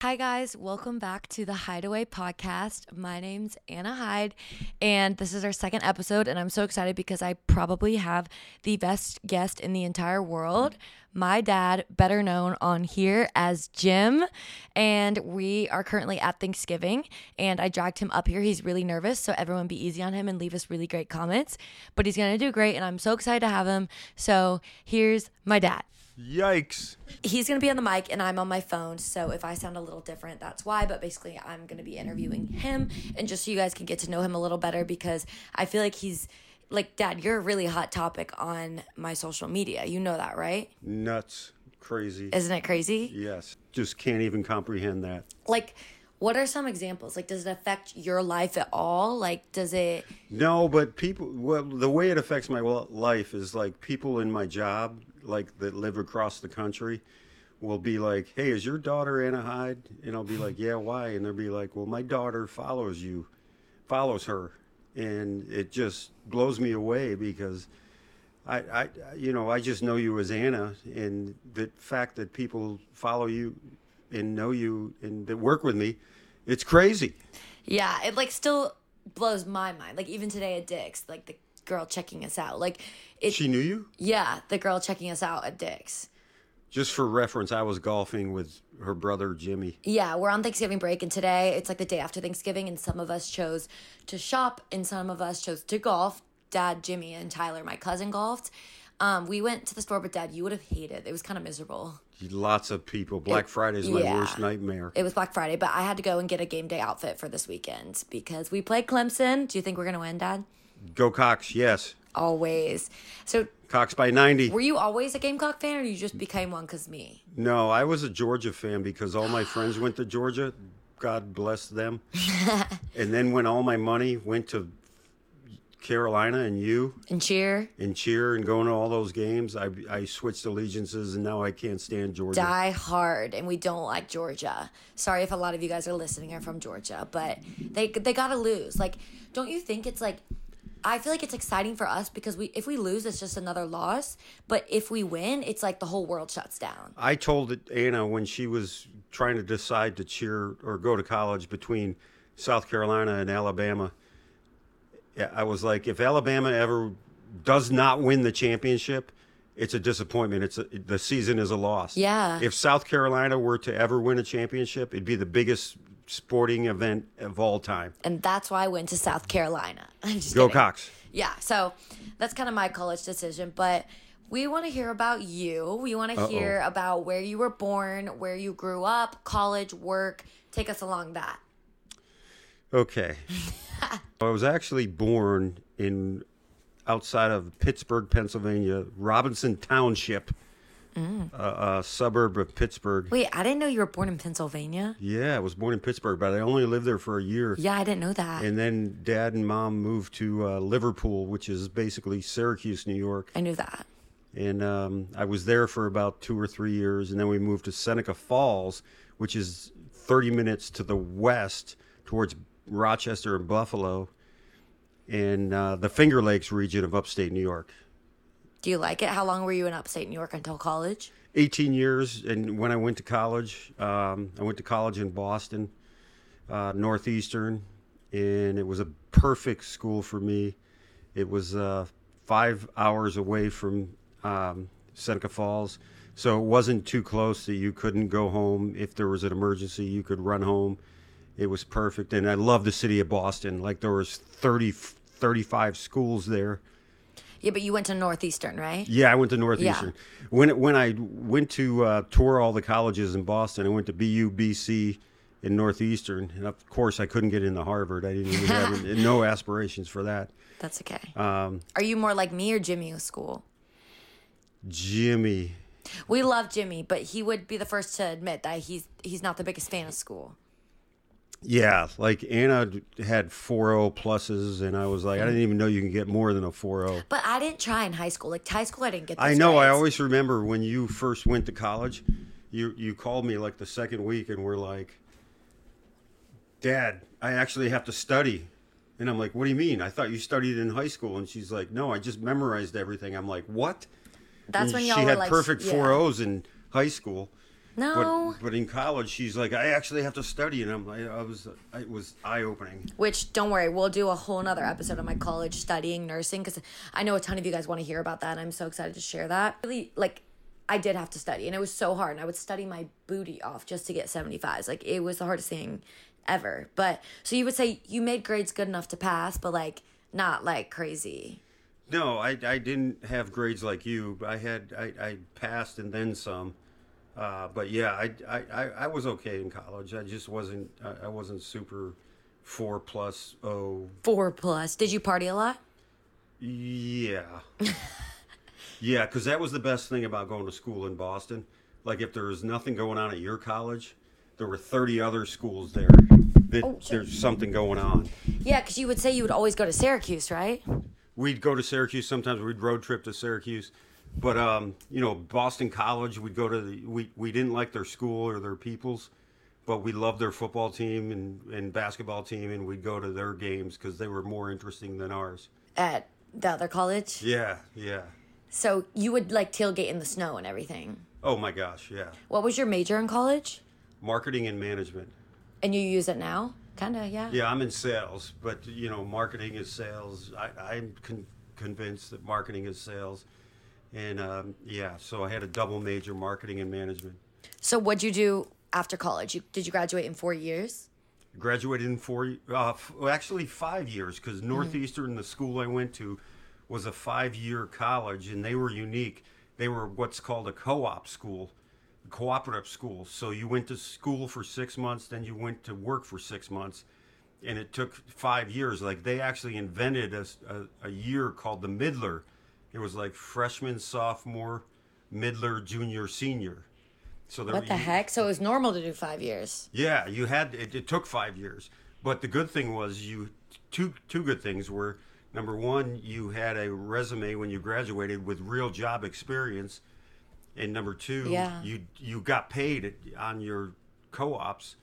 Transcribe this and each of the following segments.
Hi, guys. Welcome back to the Hideaway podcast. My name's Anna Hyde, and this is our second episode. And I'm so excited because I probably have the best guest in the entire world, my dad, better known on here as Jim. And we are currently at Thanksgiving, and I dragged him up here. He's really nervous, so everyone be easy on him and leave us really great comments. But he's going to do great, and I'm so excited to have him. So here's my dad Yikes. he's gonna be on the mic and I'm on my phone, so if I sound a little different, that's why. But basically, I'm gonna be interviewing him, and just so you guys can get to know him a little better, because I feel like he's like, Dad, you're a really hot topic on my social media. You know that, right? Nuts. Crazy. Isn't it crazy? yes. Just can't even comprehend that. Like, what are some examples? Like, does it affect your life at all? Like, does it? No, but people, well, the way it affects my wel- life is like people in my job, like that live across the country, will be like, hey, is your daughter Anna Hyde? And I'll be like, yeah, why? And they'll be like, well, my daughter follows you, follows her. And it just blows me away because. I, I, you know, I just know you as Anna, and the fact that people follow you and know you and that work with me, it's crazy. Yeah, it like still blows my mind. Like even today at Dick's, like the girl checking us out. Like it. She knew you. yeah, the girl checking us out at Dick's. Just for reference, I was golfing with her brother Jimmy. Yeah, we're on Thanksgiving break, and today it's like the day after Thanksgiving, and some of us chose to shop, and some of us chose to golf. Dad, Jimmy, and Tyler, my cousin, golfed. Um, we went to the store, but Dad, you would have hated. It was kind of miserable. Lots of people. Black Friday is my yeah. worst nightmare. It was Black Friday, but I had to go and get a game day outfit for this weekend because we play Clemson. Do you think we're gonna win, Dad? Go Cox, yes. Always. So, Cox by 90. were you always a Gamecock fan, or you just became one because me? No, I was a Georgia fan because all my friends went to Georgia. God bless them. and then when all my money went to Carolina and you, And cheer, and cheer and going to all those games. I, I switched allegiances and now I can't stand Georgia. die hard and we don't like Georgia. Sorry if a lot of you guys are listening are from Georgia, but they they got to lose. Like don't you think it's like I feel like it's exciting for us because we if we lose it's just another loss, but if we win it's like the whole world shuts down. I told Anna when she was trying to decide to cheer or go to college between South Carolina and Alabama. yeah, I was like, if Alabama ever does not win the championship, it's a disappointment. It's a, the season is a loss. Yeah. If South Carolina were to ever win a championship, it'd be the biggest sporting event of all time. And that's why I went to South Carolina. I'm just Go kidding. Cox. Yeah, so that's kind of my college decision, but we want to hear about you. We want to hear about where you were born, where you grew up, college, work. Take us along that. Okay. I was actually born in outside of Pittsburgh, Pennsylvania, Robinson Township, a, a suburb of Pittsburgh. Wait, I didn't know you were born in Pennsylvania. Yeah, I was born in Pittsburgh, but I only lived there for a year. Yeah, I didn't know that. And then dad and mom moved to uh, Liverpool, which is basically Syracuse, New York. I knew that. And um, I was there for about two or three years. And then we moved to Seneca Falls, which is 30 minutes to the west towards Rochester and Buffalo and uh, the Finger Lakes region of upstate New York. Do you like it? How long were you in upstate New York until college? 18 years. And when I went to college, um, I went to college in Boston, uh, Northeastern, and it was a perfect school for me. It was uh, five hours away from um, Seneca Falls. So it wasn't too close that you couldn't go home. If there was an emergency, you could run home. It was perfect. And I love the city of Boston. Like there was 30, 35 schools there. Yeah, but you went to Northeastern, right? Yeah, I went to Northeastern. When when I went to uh, tour all the colleges in Boston, I went to BU, BC, and Northeastern, and of course I couldn't get into Harvard. I didn't even have no aspirations for that. That's okay. Um, Are you more like me or Jimmy with school? Jimmy, We love Jimmy, but he would be the first to admit that he's he's not the biggest fan of school. yeah, like Anna d- had four O pluses, and I was like, I didn't even know you can get more than a four oh. O. But I didn't try in high school. Like high school, I didn't get. I those know. I grades. always remember when you first went to college, you you called me like the second week, and we're like, "Dad, I actually have to study," and I'm like, "What do you mean? I thought you studied in high school." And she's like, "No, I just memorized everything." I'm like, "What?" That's And when she y'all were had like perfect yeah. Oh. four O's in high school. No. But, but in college, she's like, I actually have to study, and I'm like, I was, it was eye opening. Which don't worry, we'll do a whole nother episode on my college studying nursing because I know a ton of you guys want to hear about that, and I'm so excited to share that. Really, like I did have to study, and it was so hard, and I would study my booty off just to get 75s. Like it was the hardest thing ever. But so you would say you made grades good enough to pass, but like not like crazy. No, I, I didn't have grades like you. but I had I, I passed and then some. Uh, but yeah, I, I, I, I was okay in college. I just wasn't I, I wasn't super four plus oh Four plus. Did you party a lot? yeah yeah because that was the best thing about going to school in Boston. Like if there was nothing going on at your college, there were thirty other schools there that there's something going on. Yeah, because you would say you would always go to Syracuse, right? we'd go to Syracuse sometimes. We'd road trip to Syracuse, but um, you know, Boston College. We'd go to the, we we didn't like their school or their peoples, but we loved their football team and, and basketball team, and we'd go to their games because they were more interesting than ours. At the other college. Yeah, yeah. So you would like tailgate in the snow and everything. Oh my gosh, yeah. What was your major in college? Marketing and management. And you use it now? Kind of, yeah. Yeah, I'm in sales, but you know, marketing is sales. I, I'm con- convinced that marketing is sales, and um, yeah, so I had a double major, marketing and management. So what'd you do after college? You, did you graduate in four years? Graduated in four, uh, f- well, actually five years, because Mm-hmm. Northeastern, the school I went to, was a five-year college, and they were unique. They were what's called a co-op school, cooperative school. So you went to school for six months, then you went to work for six months, and it took five years. Like they actually invented a, s- a- a year called the middler. It was like freshman, sophomore, middler, junior, senior. So there What the you- heck? So it was normal to do five years. yeah, you had it, it took five years, but the good thing was you two two good things were number one you had a resume when you graduated with real job experience, and number two Yeah. you you got paid on your co-ops.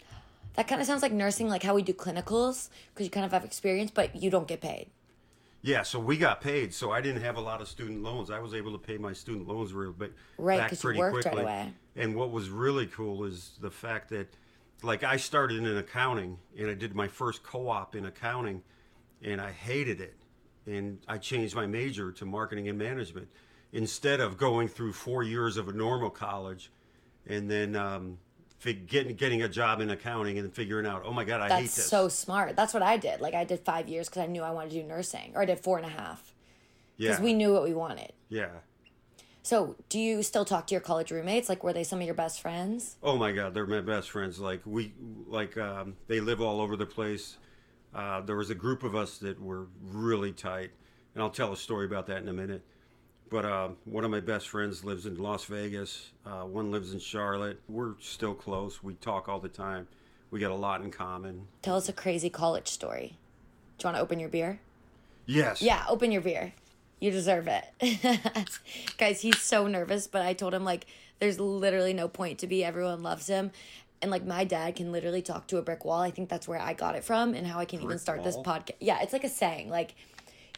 That kind of sounds like nursing, like how we do clinicals, because you kind of have experience, but you don't get paid. Yeah, so we got paid, so I didn't have a lot of student loans. I was able to pay my student loans real big Right, back 'cause you pretty worked right quickly. away. And what was really cool is the fact that, like, I started in accounting and I did my first co-op in accounting, and I hated it, and I changed my major to marketing and management instead of going through four years of a normal college, and then um, fig- getting getting a job in accounting and figuring out, oh my god, I hate That's this. so smart. That's what I did. Like I did five years because I knew I wanted to do nursing, or I did four and a half yeah, because we knew what we wanted. yeah. So do you still talk to your college roommates? Like were they some of your best friends? Oh my God, they're my best friends. Like we, like um, they live all over the place. Uh, there was a group of us that were really tight, and I'll tell a story about that in a minute. But uh, one of my best friends lives in Las Vegas. Uh, one lives in Charlotte. We're still close. We talk all the time. We got a lot in common. Tell us a crazy college story. Do you want to open your beer? Yes. Yeah, open your beer. You deserve it. Guys, he's so nervous, but I told him like there's literally no point to be everyone loves him. And like my dad can literally talk to a brick wall. I think that's where I got it from and how I can even Brick start this wall? podcast. Yeah, it's like a saying, like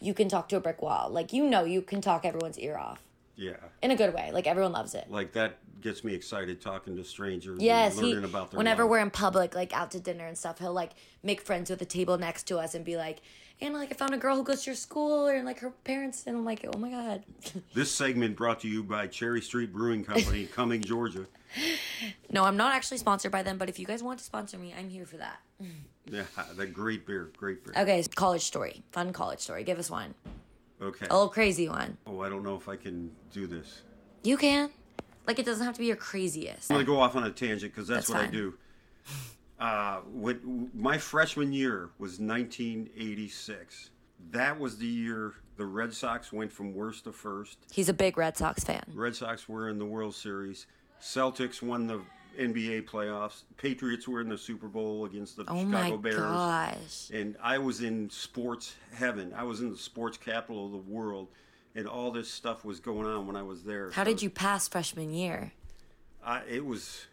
you can talk to a brick wall. Like you know you can talk everyone's ear off. Yeah. In a good way. Like everyone loves it. Like that gets me excited talking to strangers. Yes, And he, learning about their whenever life. we're in public, like out to dinner and stuff, he'll like make friends with the table next to us and be like, "Anna, like I found a girl who goes to your school and like her parents," and I'm like, "Oh my god!" This segment brought to you by Cherry Street Brewing Company, Cumming, Georgia. no, I'm not actually sponsored by them, but if you guys want to sponsor me, I'm here for that. Yeah, that great beer, great beer. Okay, college story, fun college story. Give us one, Okay. a little crazy one. Oh, I don't know if I can do this. You can, like, it doesn't have to be your craziest. I'm gonna go off on a tangent because That's that's, what fine. I do. Uh, when, my freshman year was 1986. That was the year the Red Sox went from worst to first. He's a big Red Sox fan. Red Sox were in the World Series. Celtics won the NBA playoffs. Patriots were in the Super Bowl against the Oh my Chicago Bears. gosh! and I was in sports heaven. I was in the sports capital of the world, and all this stuff was going on when I was there. How So did you pass freshman year? I, it was,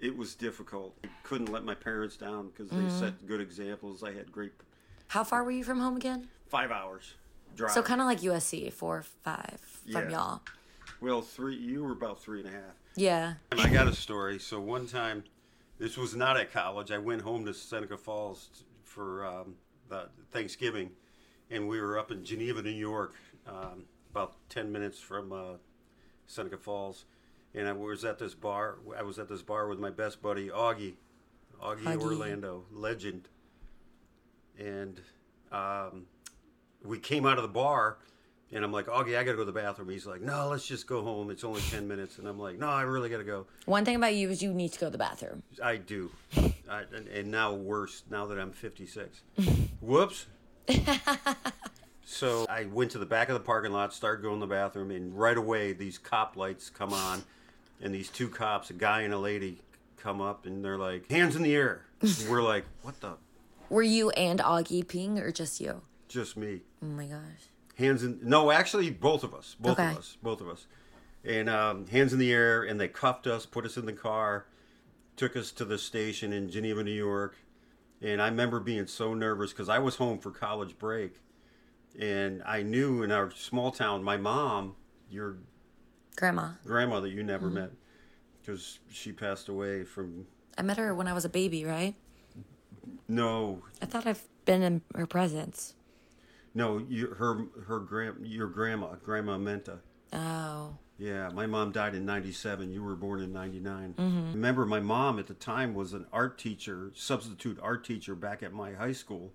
it was difficult. I couldn't let my parents down because they set good examples. I had great How far were you from home again? five hours drive. So kind of like USC, four, five from Yeah. y'all. Well, three. You were about three and a half. Yeah. And I got a story. So one time, this was not at college. I went home to Seneca Falls t- for um, the Thanksgiving, and we were up in Geneva, New York, um, about ten minutes from uh, Seneca Falls. And I was at this bar. I was at this bar with my best buddy Augie, Augie, Augie. Orlando, legend. And um, we came out of the bar, and I'm like, Augie, I gotta go to the bathroom. He's like, No, let's just go home. It's only ten minutes. And I'm like, No, I really gotta go. One thing about you is you need to go to the bathroom. I do. I, and- and now worse, now that I'm 56. Whoops. so I went to the back of the parking lot, started going to the bathroom, and right away these cop lights come on, and these two cops, a guy and a lady, come up and they're like, hands in the air. And we're like, what the? Were you and Augie peeing or just you? Just me. Oh my gosh. hands in no actually both of us both Okay. of us both of us and um, hands in the air and they cuffed us put us in the car took us to the station in geneva new york and i remember being so nervous because i was home for college break and i knew in our small town my mom your Grandma. grandma that you never met, 'cause met because she passed away from I met her when I was a baby, right? no I thought I've been in her presence. no you, her her grand your grandma grandma menta Oh. Yeah, my mom died in 97. You were born in 99. Mm-hmm. Remember, my mom at the time was an art teacher, substitute art teacher back at my high school.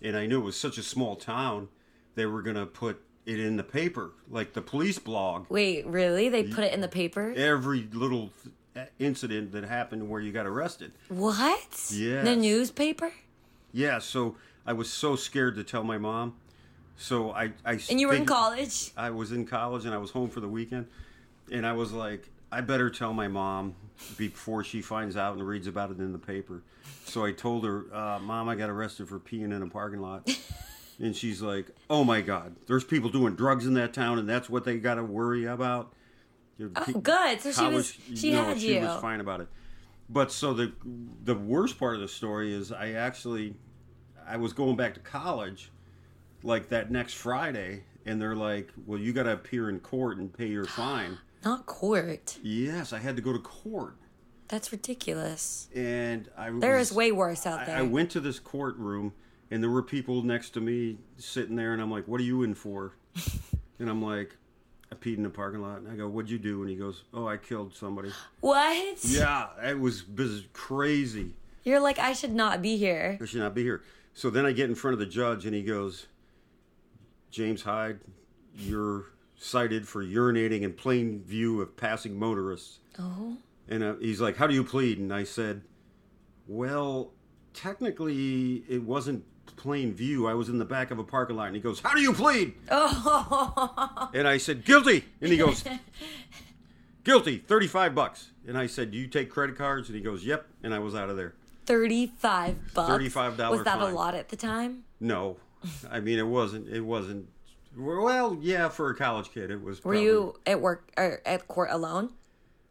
And I knew it was such a small town, they were going to put it in the paper, like the police blog. Wait, really? They put it in the paper? Every little th- incident that happened where you got arrested. What? The Yes. newspaper? Yeah, so I was so scared to tell my mom. So I. I And you were in figured- college? I was in college and I was home for the weekend, and I was like, I better tell my mom before she finds out and reads about it in the paper. So I told her, uh, Mom, I got arrested for peeing in a parking lot. and she's like, Oh my God, there's people doing drugs in that town, and that's what they got to worry about. Uh, Oh, good. So she was, she no, had she you. was fine about it. But so the the worst part of the story is I actually I was going back to college like that next Friday and they're like, "Well, you got to appear in court and pay your fine." Not court. yes, I had to go to court. That's ridiculous. And I There was, is way worse out there. I, I went to this courtroom and there were people next to me sitting there and I'm like, What are you in for? and I'm like, I peed in the parking lot and I go, What'd you do? And he goes, Oh, I killed somebody. what? yeah, it was biz- crazy. You're like, I should not be here. I should not be here. So then I get in front of the judge and he goes, James Hyde, you're cited for urinating in plain view of passing motorists. Oh. And uh, he's like, How do you plead? And I said, Well, technically, it wasn't plain view. I was in the back of a parking lot. And he goes, How do you plead? Oh. And I said, Guilty. And he goes, Guilty, 35 bucks. And I said, Do you take credit cards? And he goes, Yep. And I was out of there. 35 bucks. $35 Was that fine. a lot at the time? No, I mean it wasn't. It wasn't. Well, yeah, for a college kid, it was. Were you at work or at court alone?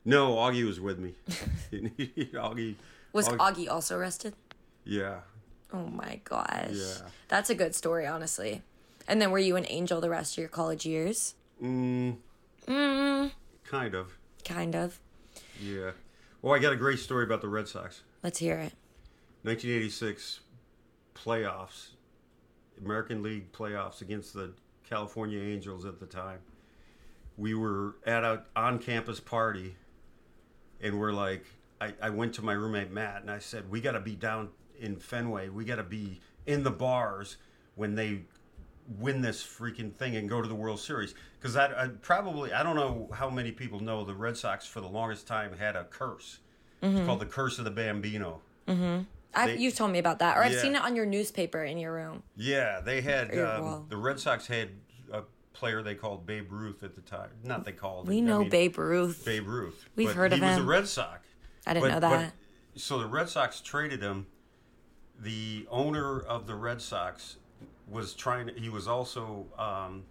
No, Augie was with me. Augie Was Aug- Augie also arrested? Yeah. Oh my gosh. Yeah. That's a good story, honestly. And then were you an angel the rest of your college years? Mm, Kind of. Kind of. Yeah. Well, I got a great story about the Red Sox. Let's hear it. 1986 playoffs, American League playoffs against the California Angels at the time. We were at a on-campus party, and we're like, I, I went to my roommate Matt and I said, we got to be down in Fenway. We got to be in the bars when they win this freaking thing and go to the World Series. Because I, I probably I don't know how many people know the Red Sox for the longest time had a curse. It's called the curse of the Bambino. I've, They- you've told me about that, or I've Yeah. seen it on your newspaper in your room. Yeah, they had Or um, Wall. the Red Sox had a player they called Babe Ruth at the time. Not they called. We I know mean, Babe Ruth. Babe Ruth. We've but heard he of was a him. Red Sox. I didn't know that. so the Red Sox traded him. The owner of the Red Sox was trying. He was also um,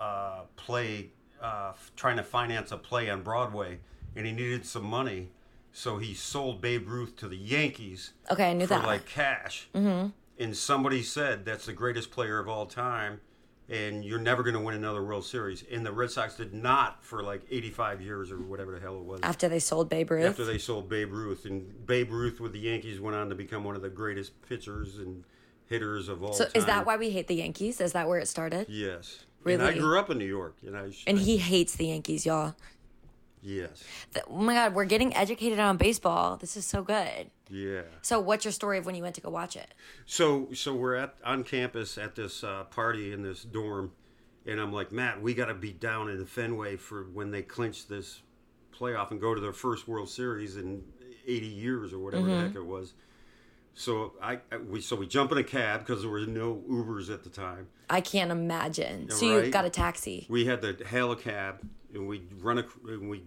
uh, play uh, f- trying to finance a play on Broadway, and he needed some money. So he sold Babe Ruth to the Yankees Okay, I knew for that. like cash. Mm-hmm. And somebody said that's the greatest player of all time. and you're never going to win another World Series. And the Red Sox did not for like 85 years or whatever the hell it was. After they sold Babe Ruth. After they sold Babe Ruth, and Babe Ruth with the Yankees went on to become one of the greatest pitchers and hitters of all so time. is that why we hate the Yankees? Is that where it started? Yes. And I Really? grew up in New York, and I. And he hates the Yankees, y'all. Yes. Th- Oh my God, we're getting educated on baseball. This is so good. Yeah. So, what's your story of when you went to go watch it? So so we're at on campus at this uh, party in this dorm, and I'm like Matt, we got to be down in Fenway for when they clinch this playoff and go to their first World Series in 80 years or whatever Mm-hmm. the heck it was. So I I- we so we jump in a cab because there were no Ubers at the time. I can't imagine. so right. you got a taxi. We had to hail a cab and we run ac- and we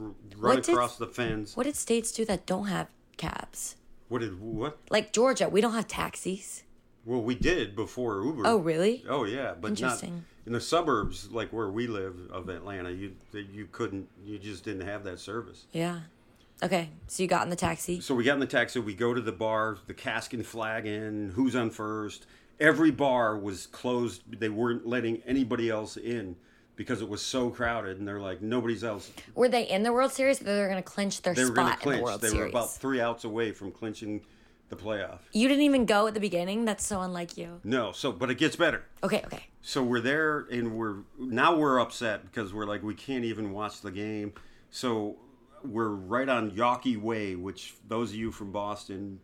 r- run What did- across the fence. What did states do that don't have cabs? What did what? Like Georgia, we don't have taxis. Well, we did before Uber. Oh, really? Oh yeah, but not Interesting. in the suburbs like where we live of Atlanta. You that you couldn't, you just didn't have that service. Yeah. Okay, so you got in the taxi. So we got in the taxi. We go to the bar. The cask and flag in. Who's on first? Every bar was closed. They weren't letting anybody else in because it was so crowded. And they're like, nobody's else. Were they in the World Series? Or they were going to clinch their They were going to spot in the clinch. World They were Series. about three outs away from clinching the playoff. you didn't even go at the beginning. That's so unlike you. No. So, but it gets better. Okay, okay. so we're there and we're now we're upset because we're like we can't even watch the game so we're right on yawkey way which those of you from boston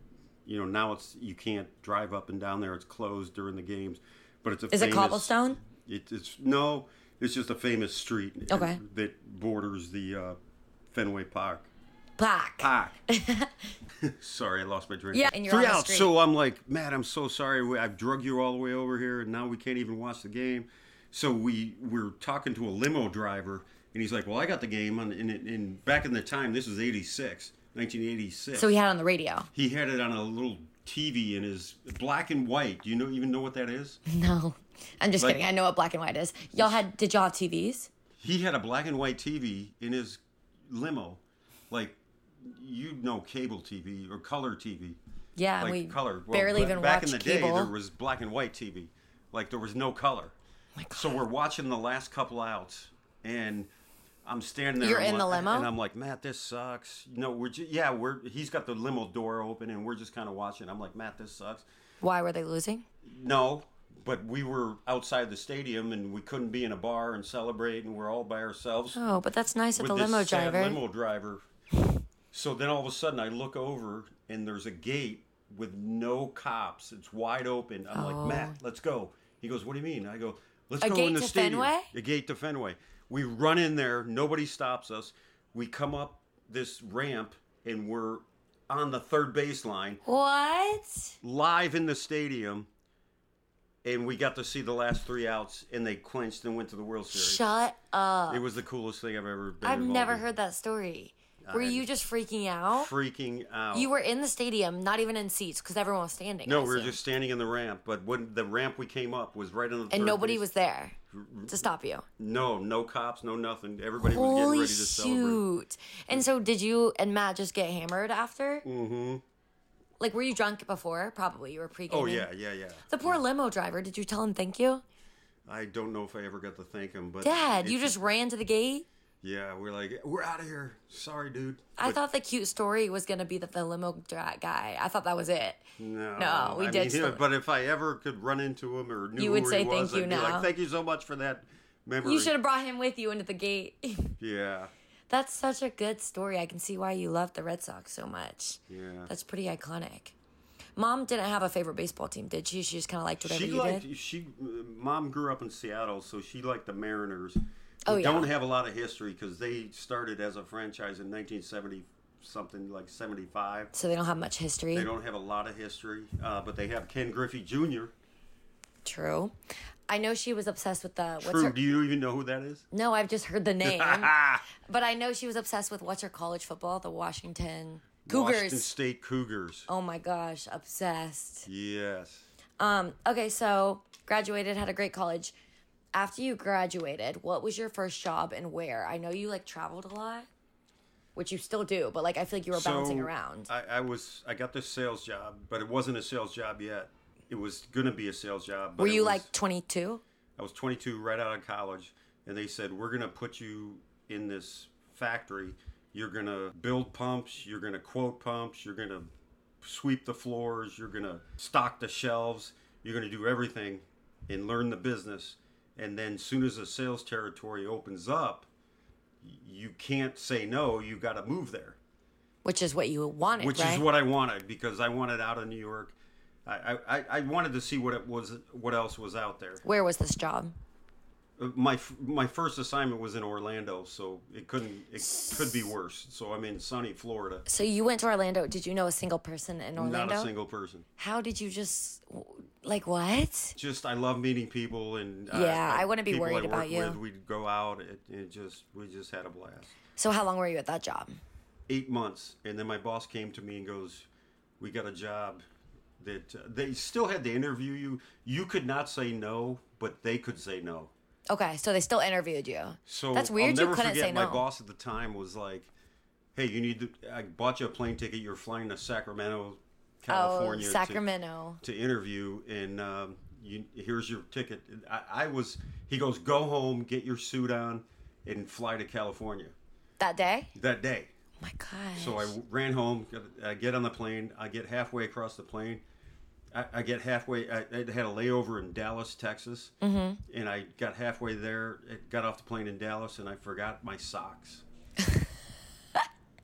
you know now it's you can't drive up and down there it's closed during the games but it's a Is it famous- cobblestone? it, it's no it's just a famous street Okay. that borders the uh, fenway park Black. Park. sorry, I lost my drink. Yeah, and you're three on the outs. street. So I'm like, Matt, I'm so sorry. We- I've drug you all the way over here, and now we can't even watch the game. So we we're talking to a limo driver, and he's like, "Well, I got the game on." And, it- and back in the time, this was '86, 1986. So he had it on the radio. he had it on a little TV in his black and white. Do you know even know what that is? No, I'm just Like- kidding. I know what black and white is. Y'all had? Did y'all have TVs? he had a black and white TV in his limo, like you know, cable TV or color TV. Yeah, like we color. Well, barely ba- even back in watched the day cable. Oh there was black and white TV. Like there was no color. So we're watching the last couple outs and I'm standing there. You're I'm in the like- limo? and I'm like, Matt, this sucks. No, we're just, yeah, we're he's got the limo door open, and we're just kind of watching. I'm like, Matt, this sucks. Why were they losing? No, but we were outside the stadium, and we couldn't be in a bar and celebrate, and we're all by ourselves Oh, but that's nice of the with this limo sad driver. limo driver. So then all of a sudden I look over and there's a gate with no cops. It's wide open. I'm like, Matt, let's go. He goes, What do you mean? I go, Let's Oh. A go in gate the to stadium. Fenway? A gate to Fenway. We run in there. Nobody stops us. We come up this ramp and we're on the third baseline, What? live in the stadium. And we got to see the last three outs, and they clinched and went to the World Series. Shut up! It was the coolest thing I've ever been. I've involved never in. heard that story. Were you just freaking out? freaking out. You were in the stadium, not even in seats, because everyone was standing. no, I we were assume. just standing in the ramp, but when the ramp we came up was right on the and third nobody base. was there to stop you. no no cops no nothing. Everybody was getting Holy ready to celebrate. shoot! And so, did you and Matt just get hammered after? Mm-hmm. Like, were you drunk before? Probably. You were pre. Oh yeah yeah yeah. The poor limo driver. Did you tell him thank you? I don't know if I ever got to thank him, but Dad, you it- just ran to the gate. yeah we're like we're out of here. Sorry, dude. I But thought the cute story was gonna be the, the limo dra- guy. I thought that was it. no, no, we I did Mean, yeah, still- but if I ever could run into him or knew You would who say he thank was, you I'd be now. like thank you so much for that memory. You should have brought him with you into the gate. Yeah That's such a good story. I can see why you loved the Red Sox so much. yeah. That's pretty iconic. Mom didn't have a favorite baseball team, did she? She just kind of liked whatever she you liked did. she uh, mom grew up in seattle so she liked the mariners Oh, They yeah. don't have a lot of history because they started as a franchise in 1970 something like 75 So they don't have much history. they don't have a lot of history uh, but they have ken griffey jr True. I know she was obsessed with the what's True. her. Mm. do you even know who that is No, I've just heard the name, ah but I know she was obsessed with what's her college football, the Washington Cougars. washington state cougars Oh my gosh, obsessed. yes Um, okay, so graduated, had a great college. After you graduated, what was your first job and where? I know you like traveled a lot, which you still do, but like I feel like you were bouncing around. I, I was I got this sales job, but it wasn't a sales job yet. It was gonna be a sales job. But were it you was- like 22? I was 22, right out of college, and they said, We're going to put you in this factory. You're going to build pumps. You're going to quote pumps. You're going to sweep the floors. You're going to stock the shelves. You're going to do everything and learn the business. And then, soon as the sales territory opens up, you can't say no. You got to move there. Which is what you wanted, Which right? is what I wanted because I wanted out of New York. I, I, I wanted to see what it was, what else was out there. Where was this job? My f- my first assignment was in Orlando, so it couldn't it could be worse. So I'm in sunny Florida. So you went to Orlando. Did you know a single person in Orlando? Not a single person. How did you just w- like what? Just I love meeting people and uh, Yeah, I wouldn't be people worried I about work you. With, we'd go out. It, it just we just had a blast. So how long were you at that job? Eight months, and then my boss came to me and goes, "We got a job." That uh, they still had to interview you. You could not say no, but they could say no. Okay, so they still interviewed you. So that's weird. I'll never you couldn't forget, say my no. boss at the time was like, "Hey, you need to. I bought you a plane ticket. You're flying to Sacramento, oh, California, to- Sacramento. to, interview, and um, you, here's your ticket." And I, I was. He goes, "Go home, get your suit on, and fly to California That day? that day." Oh my god. So I ran home. got- I get on the plane. I get halfway across the plane. I, I get halfway. I, I had a layover in Dallas, Texas, and I got halfway there. it- Got off the plane in Dallas, and I forgot my socks.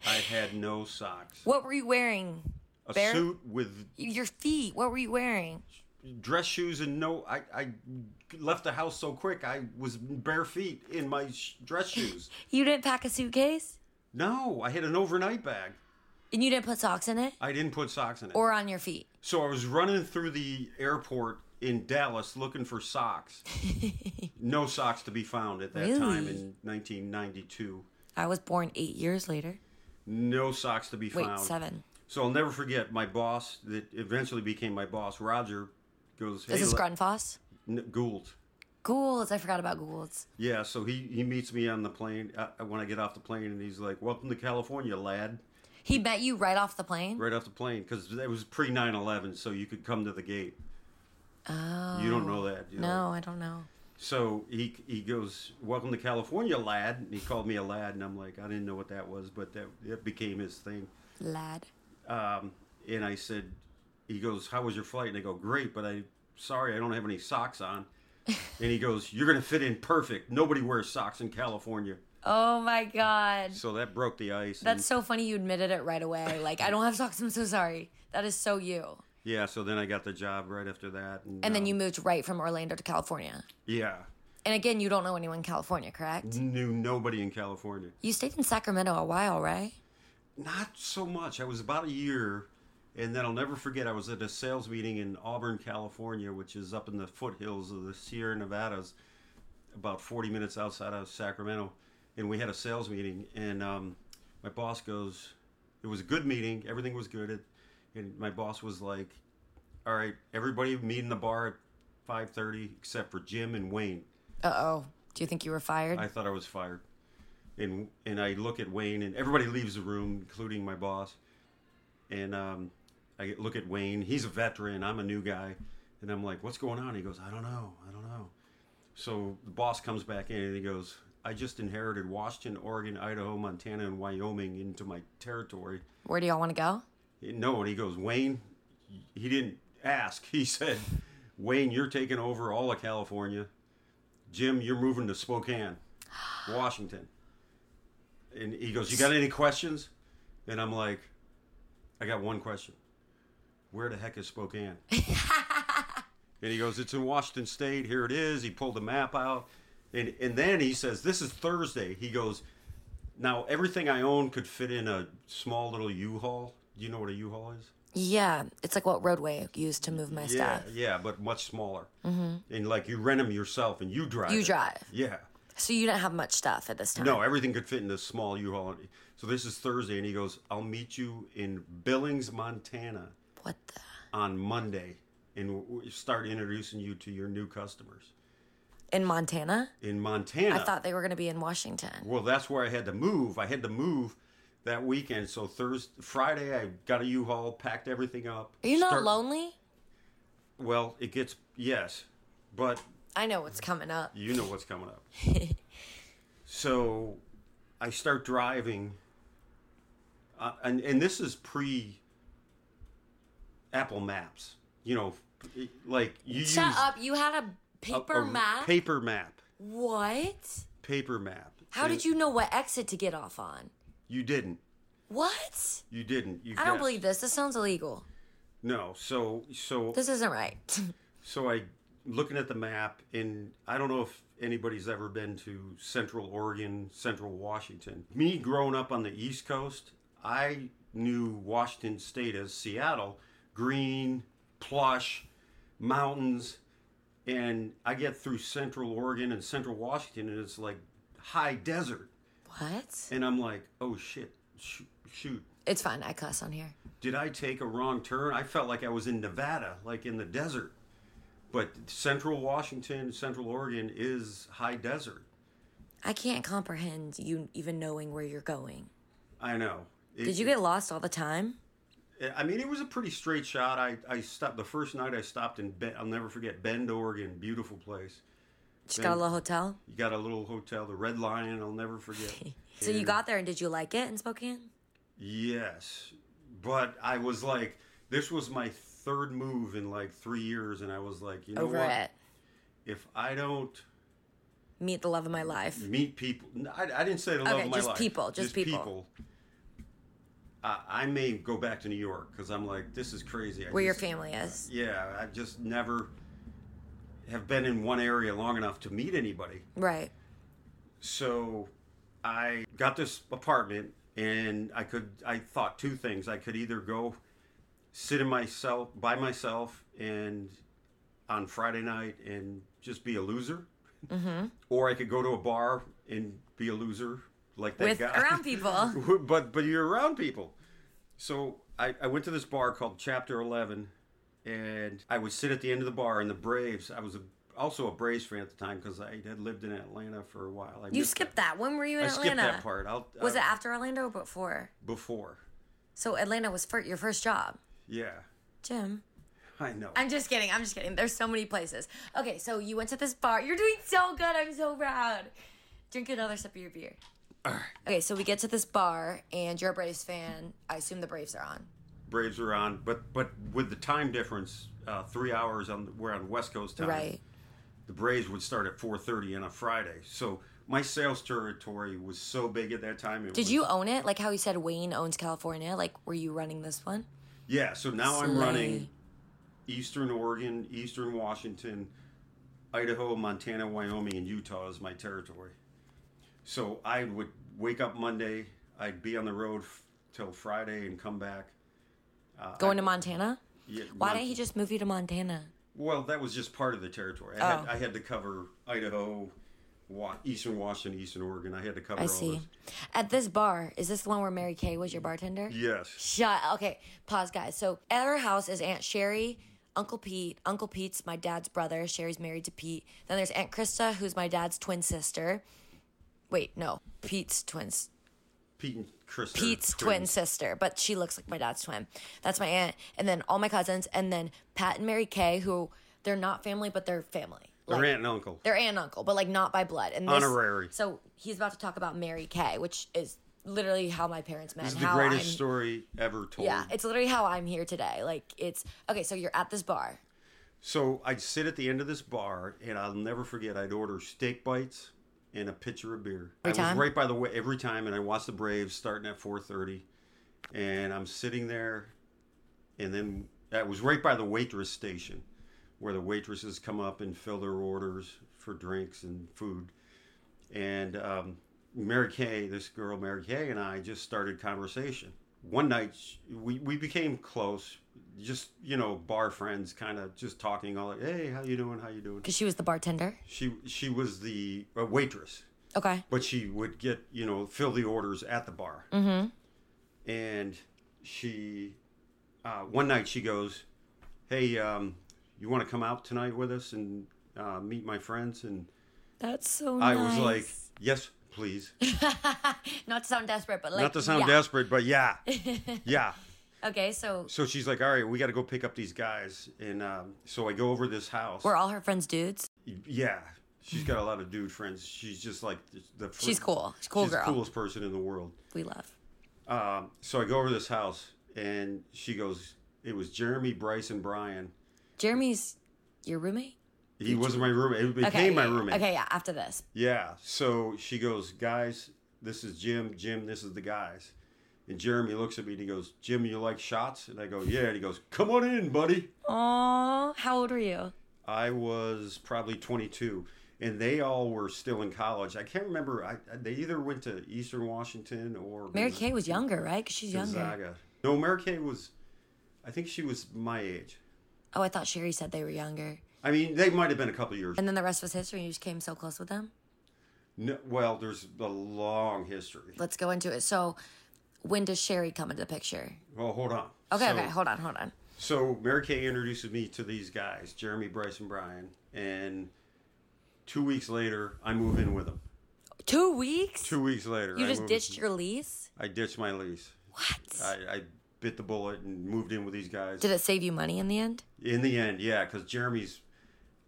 I had no socks. What were you wearing? A Bare- suit with Your feet. What were you wearing? dress shoes and no. I, I left the house so quick. I was bare feet in my sh- dress shoes. You didn't pack a suitcase, No, I had an overnight bag. and you didn't put socks in it I didn't put socks in it. or on your feet. So I was running through the airport in Dallas looking for socks. no socks to be found at that time Really? in 1992. I was born eight years later. No socks to be Wait, found. seven. So I'll never forget my boss that eventually became my boss, Roger, goes, Hey, This is Le- Grunfoss. N- Gould. Goulds. I forgot about Goulds. Yeah, so he, he meets me on the plane uh, when I get off the plane, and he's like, Welcome to California, lad. He met you right off the plane. Right off the plane, because it was pre 9 11, so you could come to the gate. Oh. You don't know that. do you? No, I don't know. So he he goes, "Welcome to California, lad." And he called me a lad, and I'm like, I didn't know what that was, but that that became his thing. Lad. Um, and I said, he goes, "How was your flight?" And I go, "Great, but I sorry I don't have any socks on." and he goes, "You're gonna fit in perfect. Nobody wears socks in California." Oh my god. So that broke the ice. That's and, so funny you admitted it right away. Like, I don't have socks, I'm so sorry. That is so you. yeah. So then I got the job right after that, and, And then um, you moved right from Orlando to California. yeah And again, you don't know anyone in California, correct? knew nobody in California. You stayed in Sacramento a while, right? not so much. I was about a year, and then I'll never forget. I was at a sales meeting in Auburn, California, which is up in the foothills of the Sierra Nevadas, about 40 minutes outside of Sacramento. And we had a sales meeting, and um, my boss goes, "It was a good meeting. Everything was good." It- And my boss was like, "All right, everybody meet in the bar at 5:30, except for Jim and Wayne." Uh oh. Do you think you were fired? I thought I was fired. And and I look at Wayne, and everybody leaves the room, including my boss. And um, I look at Wayne. He's a veteran. I'm a new guy, and I'm like, "What's going on?" He goes, "I don't know. I don't know." So the boss comes back in, and he goes, "I just inherited Washington, Oregon, Idaho, Montana, and Wyoming into my territory." Where do y'all want to go? No, and he goes, Wayne, he didn't ask. He said, Wayne, you're taking over all of California. Jim, you're moving to Spokane, Washington. And he goes, You got any questions? And I'm like, I got one question. Where the heck is Spokane? and he goes, It's in Washington State. Here it is. He pulled the map out. And, and then he says, This is Thursday. He goes, now everything I own could fit in a small little U-Haul. Do you know what a U-Haul is? Yeah, it's like what roadway used to move my Yeah, stuff. yeah, but much smaller. Mm-hmm. And like you rent them yourself and you drive. You it. drive. Yeah. So you didn't have much stuff at this time. No, everything could fit in this small U-Haul. So this is Thursday, and he goes, "I'll meet you in Billings, Montana, What the? on Monday, and we start introducing you to your new customers In Montana? in Montana." I thought they were going to be in Washington. Well, that's where I had to move. I had to move that weekend. So Thursday, Friday, I got a U-Haul, packed everything up. Are you not start- lonely? Well, it gets yes, but I know what's coming up. You know what's coming up. so I start driving, uh, and and this is pre Apple Maps. You know, it- like you Shut use up. You had a a- paper a map? paper map, what? paper map. How did you know what exit to get off on? You didn't. What? You didn't. You I don't guessed. believe this. This sounds illegal. No. So so This isn't right. So I looking at the map and I don't know if anybody's ever been to Central Oregon, Central Washington. Me growing up on the East Coast, I knew Washington State as Seattle, green, plush, mountains, and I get through Central Oregon and Central Washington and it's like high desert what? and I'm like, "Oh shit. Sh- shoot. It's fine. I cuss on here. Did I take a wrong turn? I felt like I was in Nevada, like in the desert. But central Washington, central Oregon is high desert. I can't comprehend you even knowing where you're going. I know. It- Did you get lost all the time? I mean, it was a pretty straight shot. I, I stopped the first night I stopped in, ben, I'll never forget Bend, Oregon. Beautiful place. Just got a little hotel? You got a little hotel, the Red Lion, I'll never forget. So you got there and did you like it in Spokane? Yes. But I was like, this was my third move in like three years. And I was like, you know Over what? it. If I don't Meet the love of my life. meet people. No, I, I didn't say the love Okay, of my just life. people, just people. I, I may go back to New York because I'm like, this is crazy. I Where your just- family is. Yeah, I just never have been in one area long enough to meet anybody. Right. So I got this apartment, and I could. I thought two things. I could either go sit in myself by myself and on Friday night and just be a loser, or I could go to a bar and be a loser like that With guy. around people. but but you're around people. So I, I went to this bar called Chapter Eleven, and I would sit at the end of the bar. And the Braves, I was a, also a Braves fan at the time because I had lived in Atlanta for a while. I You missed skipped that. When were you in I Atlanta? skipped that part. I'll, Was I- it after Orlando or before? before? So Atlanta was fir- your first job. Yeah, Jim. I know. I'm just kidding. I'm just kidding. There's so many places. Okay, so you went to this bar. You're doing so good. I'm so proud. Drink another sip of your beer. Okay, so we get to this bar, and you're a Braves fan. I assume the Braves are on. Braves are on, but but with the time difference, uh, three hours on we're on West Coast time. Right. The Braves would start at 4:30 on a Friday, so my sales territory was so big at that time. It Did was- you own it? Like how he said Wayne owns California. Like, were you running this one? Yeah, so now I'm Slay. running Eastern Oregon, Eastern Washington, Idaho, Montana, Wyoming, and Utah is my territory. So I would wake up Monday, I'd be on the road f- till Friday and come back. Going to Montana? Yeah, Why Mon- didn't he just move you to Montana? Well, that was just part of the territory. I, Oh. had, I had to cover Idaho, Wa- Eastern Washington, Eastern Oregon. I had to cover I all see. those. At this bar, is this the one where Mary Kay was your bartender? Yes. Shut. Okay, pause, guys. So at our house is Aunt Sherry, Uncle Pete. Uncle Pete's my dad's brother. Sherry's married to Pete. Then there's Aunt Krista, who's my dad's twin sister. Wait, no, Pete's twins. Pete and Chris. are Pete's twin twins. sister, but she looks like my dad's twin. That's my aunt, and then all my cousins, and then Pat and Mary Kay, who they're not family, but they're family. Their Like, aunt and uncle. they're aunt and uncle, but like not by blood. And this, Honorary. So he's about to talk about Mary Kay, which is literally how my parents met. This and is the how greatest I'm- story ever told. yeah, it's literally how I'm here today. Like it's okay, so you're at this bar. So I'd sit at the end of this bar, and I'll never forget. I'd order steak bites and a pitcher of beer. I time? was right by the way every time, and I watched the Braves starting at 4:30, and I'm sitting there, and then that was right by the waitress station, where the waitresses come up and fill their orders for drinks and food, and um, Mary Kay, this girl Mary Kay, and I just started conversation. One night sh- we, we became close, just you know bar friends, kind of just talking all like, hey, how you doing? How you doing? Cause she was the bartender. She she was the uh, waitress, Okay. but she would get you know fill the orders at the bar. Mm-hmm. And she, uh, one night she goes, hey, um, you want to come out tonight with us and uh, meet my friends? And That's so I nice. was like, yes, please. not to sound desperate, but like not to sound yeah. desperate, but yeah, yeah. Okay, so So she's like, all right, we got to go pick up these guys. And um, so I go over to this house. were all her friends dudes? yeah. She's got a lot of dude friends. She's just like the. the She's cool. She's a cool she's girl. the coolest person in the world. We love. Um, so I go over to this house, and she goes, "It was Jeremy, Bryce, and Brian. Jeremy's your roommate? He wasn't my roommate. It became my yeah, yeah. roommate. Okay, yeah, after this. Yeah. So she goes, guys, this is Jim. Jim, this is the guys. And Jeremy looks at me and he goes, Jim, you like shots? And I go, yeah. And he goes, come on in, buddy. Aw, how old were you? I was probably 22, and they all were still in college. I can't remember. I, I- they either went to Eastern Washington or Mary Kay was younger, right? 'Cause she's younger. Gonzaga. No, Mary Kay was. I think she was my age. Oh, I thought Sherry said they were younger. I mean, they might have been a couple years. And then the rest was history. You just came so close with them. No, well, there's a long history. Let's go into it. So, when does Sherry come into the picture? Well, hold on. Okay, So- okay, hold on, hold on. So Mary Kay introduces me to these guys, Jeremy, Bryce, and Brian, and two weeks later, I move in with them. Two weeks? Two weeks later, you I just moved- ditched your lease? I ditched my lease. What? I, I bit the bullet and moved in with these guys. Did it save you money in the end? in the end, yeah, because Jeremy's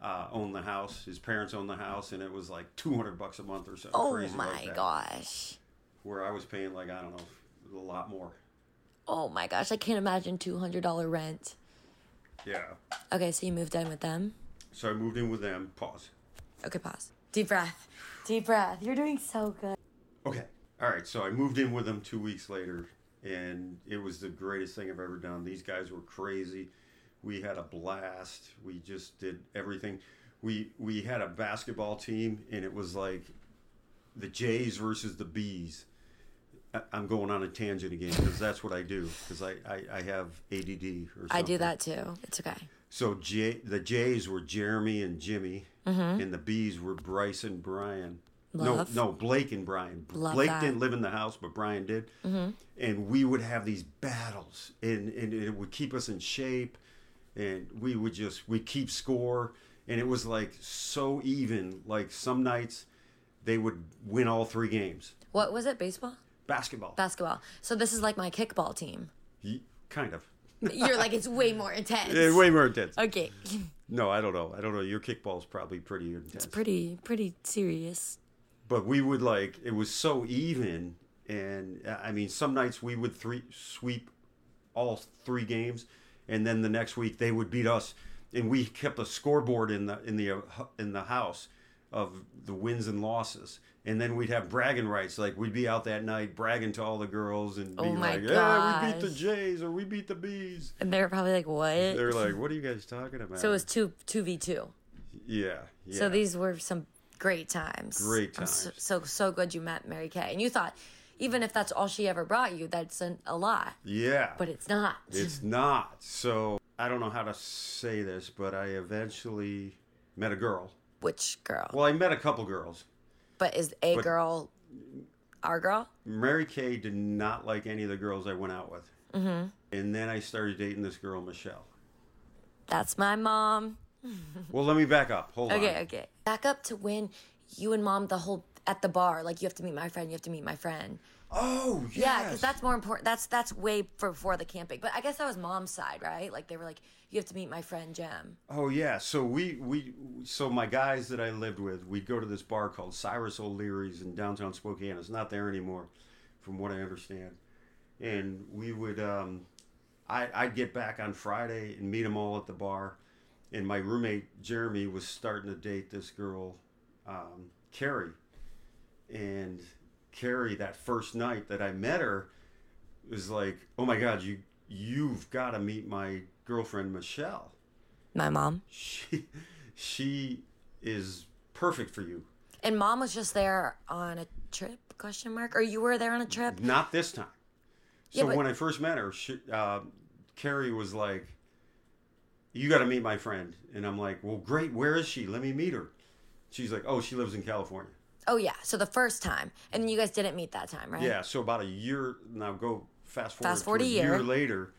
uh, owned the house, his parents owned the house, and it was like two hundred bucks a month or something. Oh crazy my like that, gosh. Where I was paying like I don't know, a lot more. Oh my gosh, I can't imagine $200 rent. Yeah. Okay, so you moved in with them? So I moved in with them. Pause. Okay, pause. Deep breath. Deep breath. You're doing so good. Okay. All right. So I moved in with them two weeks later, and it was the greatest thing I've ever done. These guys were crazy. We had a blast. We just did everything. We we had a basketball team, and it was like the Jays versus the Bees. I- I'm going on a tangent again because that's what I do because I, I, I have ADD or something. I do that too. It's okay. So J, the Jays were Jeremy and Jimmy, and the B's were Bryce and Brian. Mm-hmm. Love. No, no, Blake and Brian. Love Blake that. Mm-hmm. didn't live in the house, but Brian did. And we would have these battles, and, and it would keep us in shape, and we would just we keep score, and it was like so even. Like some nights, they would win all three games. What was it? Baseball? Basketball, Basketball. So this is like my kickball team. Ye- kind of. You're like, it's way more intense. Eh, Way more intense. Okay. No, I don't know. I don't know. Your kickball's probably pretty intense. Pretty, pretty serious. but we would like it was so even and uh, i mean some nights we would three sweep all three games and then the next week they would beat us and we kept a scoreboard in the in the uh, hu- in the house of the wins and losses and then we'd have bragging rights like we'd be out that night bragging to all the girls and be Oh my like yeah we beat the gosh. jays or we beat the bees And they're probably like, what? they're like what are you guys talking about so it was two, two v two. yeah, yeah So these were some great times. Great I'm so, times. so so good you met Mary Kay, and you thought even if that's all she ever brought you, that's an, a lot, yeah but it's not. It's not. So I don't know how to say this, but I eventually met a girl. Which girl? Well, I met a couple girls. but is a but- girl our girl? Mary Kay did not like any of the girls I went out with. Mm-hmm. And then I started dating this girl, Michelle. That's my mom. Well, let me back up. Hold on. Okay, okay. Back up to when you and mom the whole at the bar, like you have to meet my friend, you have to meet my friend. Oh, yes. Yeah, because that's more important. That's that's way before the camping. But I guess that was mom's side, right? Like they were like, you have to meet my friend Jem. Oh yeah, so we we so my guys that I lived with, we'd go to this bar called Cyrus O'Leary's in downtown Spokane. It's not there anymore, from what I understand. And we would, um, I I'd get back on Friday and meet them all at the bar. And my roommate Jeremy was starting to date this girl, um, Carrie. And Carrie, that first night that I met her, was like, oh my God, you you've got to meet my girlfriend Michelle My mom. she she is perfect for you And mom was just there on a trip? Question mark. Or you were there on a trip? not this time so Yeah, but- when i first met her she, uh, carrie was like you got to meet my friend and i'm like well great where is she let me meet her she's like oh she lives in california Oh yeah. So the first time, and you guys didn't meet that time, right? yeah so about a year now go fast forward Fast forward to a a year. later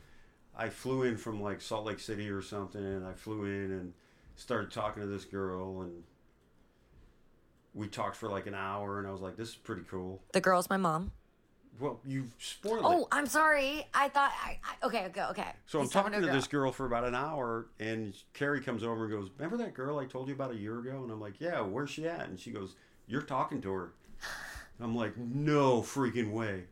i flew in from like salt lake city or something and i flew in and started talking to this girl and we talked for like an hour and i was like this is pretty cool The girl's my mom. Well, you spoiled it. Oh, I'm sorry. I thought. I, I, okay, okay, okay. So I'm He's talking talking a to this girl. girl for about an hour, and Carrie comes over and goes, "Remember that girl I told you about a year ago?" And I'm like, "Yeah, where's she at?" And she goes, "You're talking to her." I'm like, "No freaking way!"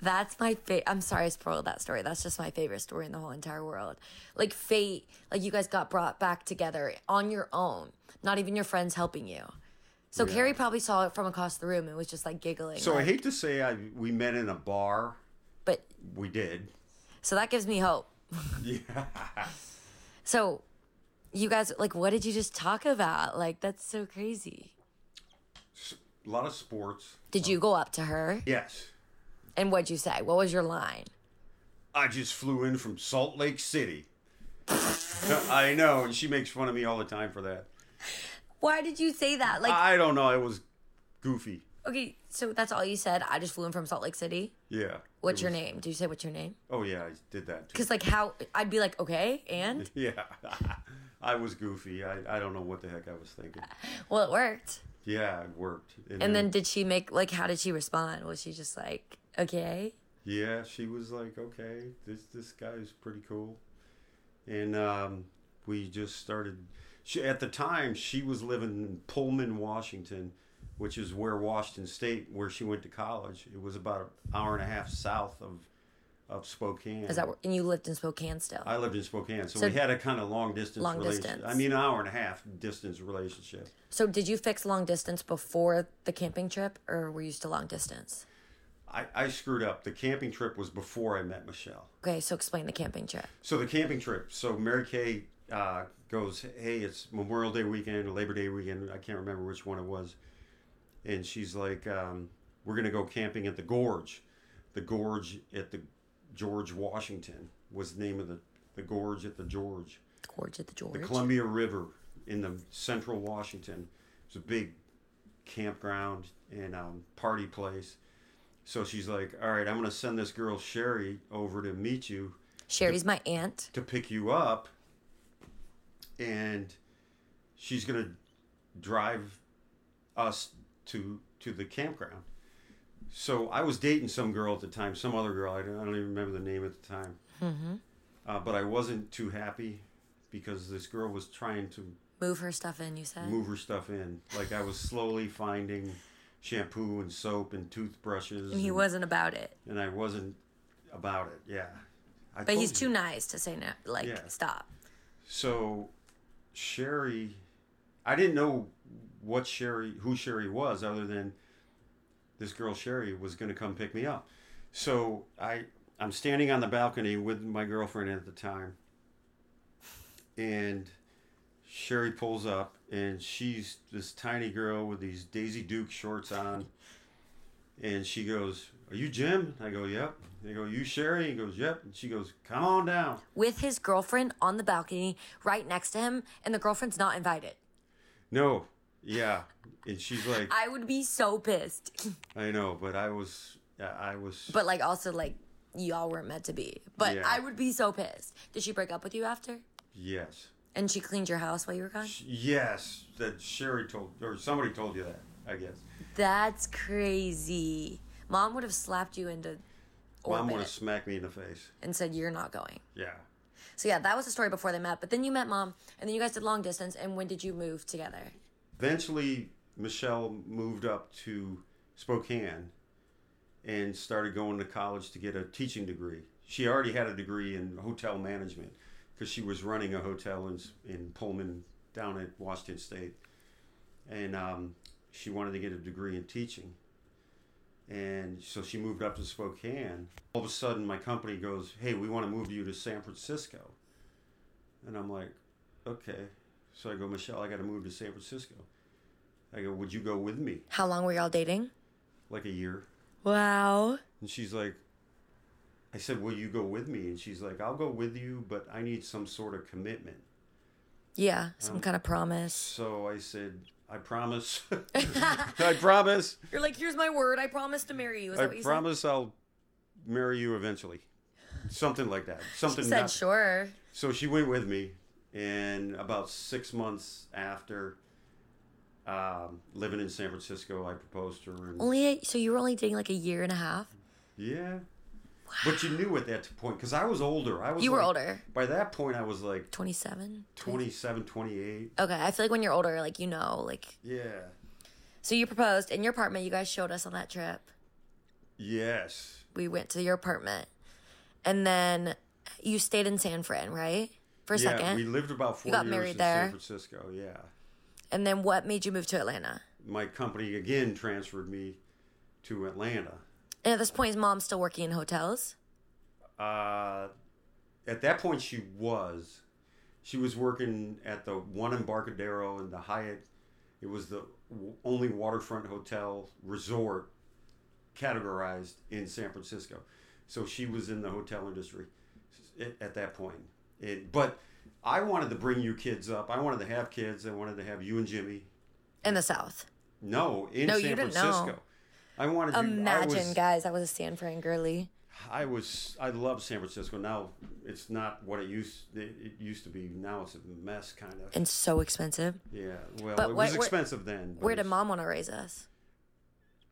That's my favorite. I'm sorry I spoiled that story. That's just my favorite story in the whole entire world. Like fate. Like you guys got brought back together on your own. Not even your friends helping you. So Yeah. Carrie probably saw it from across the room and was just like giggling. So I like- hate to say I we met in a bar. But We did. so that gives me hope. Yeah. So, you guys, like, what did you just talk about? Like, that's so crazy. A lot of sports. Did you go up to her? Yes. And what'd you say? What was your line? I just flew in from Salt Lake City. I know, and she makes fun of me all the time for that. Why did you say that? Like, I don't know. I was goofy. okay, so that's all you said. I just flew in from Salt Lake City. Yeah. What's It your was- name? Did you say what's your name? Oh yeah, I did that. Too. Because, like, how I'd be like, okay, and Yeah, I was goofy. I, I don't know what the heck I was thinking. well, it worked. Yeah, it worked. And then did she make, like, how did she respond? Was she just like, okay? yeah, she was like, "Okay, this this guy is pretty cool," and um, we just started. She, at the time, she was living in Pullman, Washington, which is where Washington State, where she went to college. It was about an hour and a half south of of Spokane. Is that where, and you lived in Spokane still? I lived in Spokane, so, So- we had a kind of long distance Long relationship. I distance. mean, an hour and a half distance relationship. so, did you fix long distance before the camping trip, or were you still long distance? I, I screwed up. The camping trip was before I met Michelle. Okay, so explain the camping trip. So the camping trip. So Mary Kay uh, goes, "Hey, it's Memorial Day weekend, or Labor Day weekend. I can't remember which one it was." And she's like, um, "We're gonna go camping at the Gorge. The Gorge at the George Washington was the name of the the Gorge at the George." Gorge at the George. the Columbia River in the central Washington. It's a big campground and um, party place. So she's like, "All right, I'm gonna send this girl Sherry over to meet you Sherry's my aunt. to pick you up, and she's gonna drive us to to the campground." So I was dating some girl at the time, some other girl. I don't, I don't even remember the name at the time. Uh, but I wasn't too happy because this girl was trying to Move her stuff in, you said? move her stuff in. Like I was slowly finding shampoo and soap and toothbrushes. He and- wasn't about it. and I wasn't about it. Yeah, I But told he's you. too nice to say no. Like, Oh, Yeah. stop. So, Sherry, I didn't know what Sherry, who Sherry was, other than this girl Sherry was going to come pick me up. So I, I'm standing on the balcony with my girlfriend at the time, and Sherry pulls up, and she's this tiny girl with these Daisy Duke shorts on, and she goes, "Are you Jim?" I go, "Yep." They go, "You Sherry?" He goes, "Yep." And she goes, "Come on down." With his girlfriend on the balcony right next to him, and the girlfriend's not invited. No. Yeah. And she's like, I would be so pissed. I know, but I was, I I was, But, like, also, like, y'all weren't meant to be. But Yeah. I would be so pissed. Did she break up with you after? yes. And she cleaned your house while you were gone? Yes. That Sherry told, or somebody told you that, I guess. That's crazy. Mom would have slapped you into Mom would orbit have smacked me in the face. and said, You're not going. Yeah. So yeah, that was the story before they met. But then you met mom, and then you guys did long distance. And when did you move together? Eventually, Michelle moved up to Spokane and started going to college to get a teaching degree. She already had a degree in hotel management because she was running a hotel in, in Pullman down at Washington State. And um, she wanted to get a degree in teaching. And so she moved up to Spokane. All of a sudden, my company goes, Hey, we want to move you to San Francisco. And I'm like, Okay. So I go, Michelle, I got to move to San Francisco. I go, Would you go with me? How long were y'all dating? Like a year. Wow. And she's like, I said, Will you go with me? And she's like, I'll go with you, but I need some sort of commitment. Oh. Yeah, some kind of promise. So I said, I promise. I promise. You're like, here's my word. I promise to marry you. Is I that what you promise I'll marry you eventually. Something like that. Something said? Said not- sure. So she went with me, and about six months after um, living in San Francisco, I proposed to her. And Only so you were only dating like a year and a half. Yeah. But you knew at that point because I was older. I was You were like- older. By that point, I was like 27. 27, 28. Okay, I feel like when you're older, like you know, like Yeah. so you proposed in your apartment. You guys showed us on that trip. Yes. We went to your apartment, and then you stayed in San Fran, right, for a yeah, second. we lived about four got years married in there. San Francisco. Yeah. and then what made you move to Atlanta? My company again transferred me to Atlanta. And at this point, is mom still working in hotels? Uh, at that point, she was. She was working at the one Embarcadero and the Hyatt. It was the w- only waterfront hotel resort categorized in San Francisco. So she was in the hotel industry at, at that point. It, but I wanted to bring you kids up. I wanted to have kids. I wanted to have you and Jimmy. In the South. No, in No, San you didn't know. Francisco. I wanted you- Imagine, I was, guys, I was a San Fran girly. I was I love San Francisco. Now it's not what it used it, it used to be. Now it's a mess, kind of. and so expensive. yeah. Well, But it what- was where- expensive then. but Where did it's- mom want to raise us?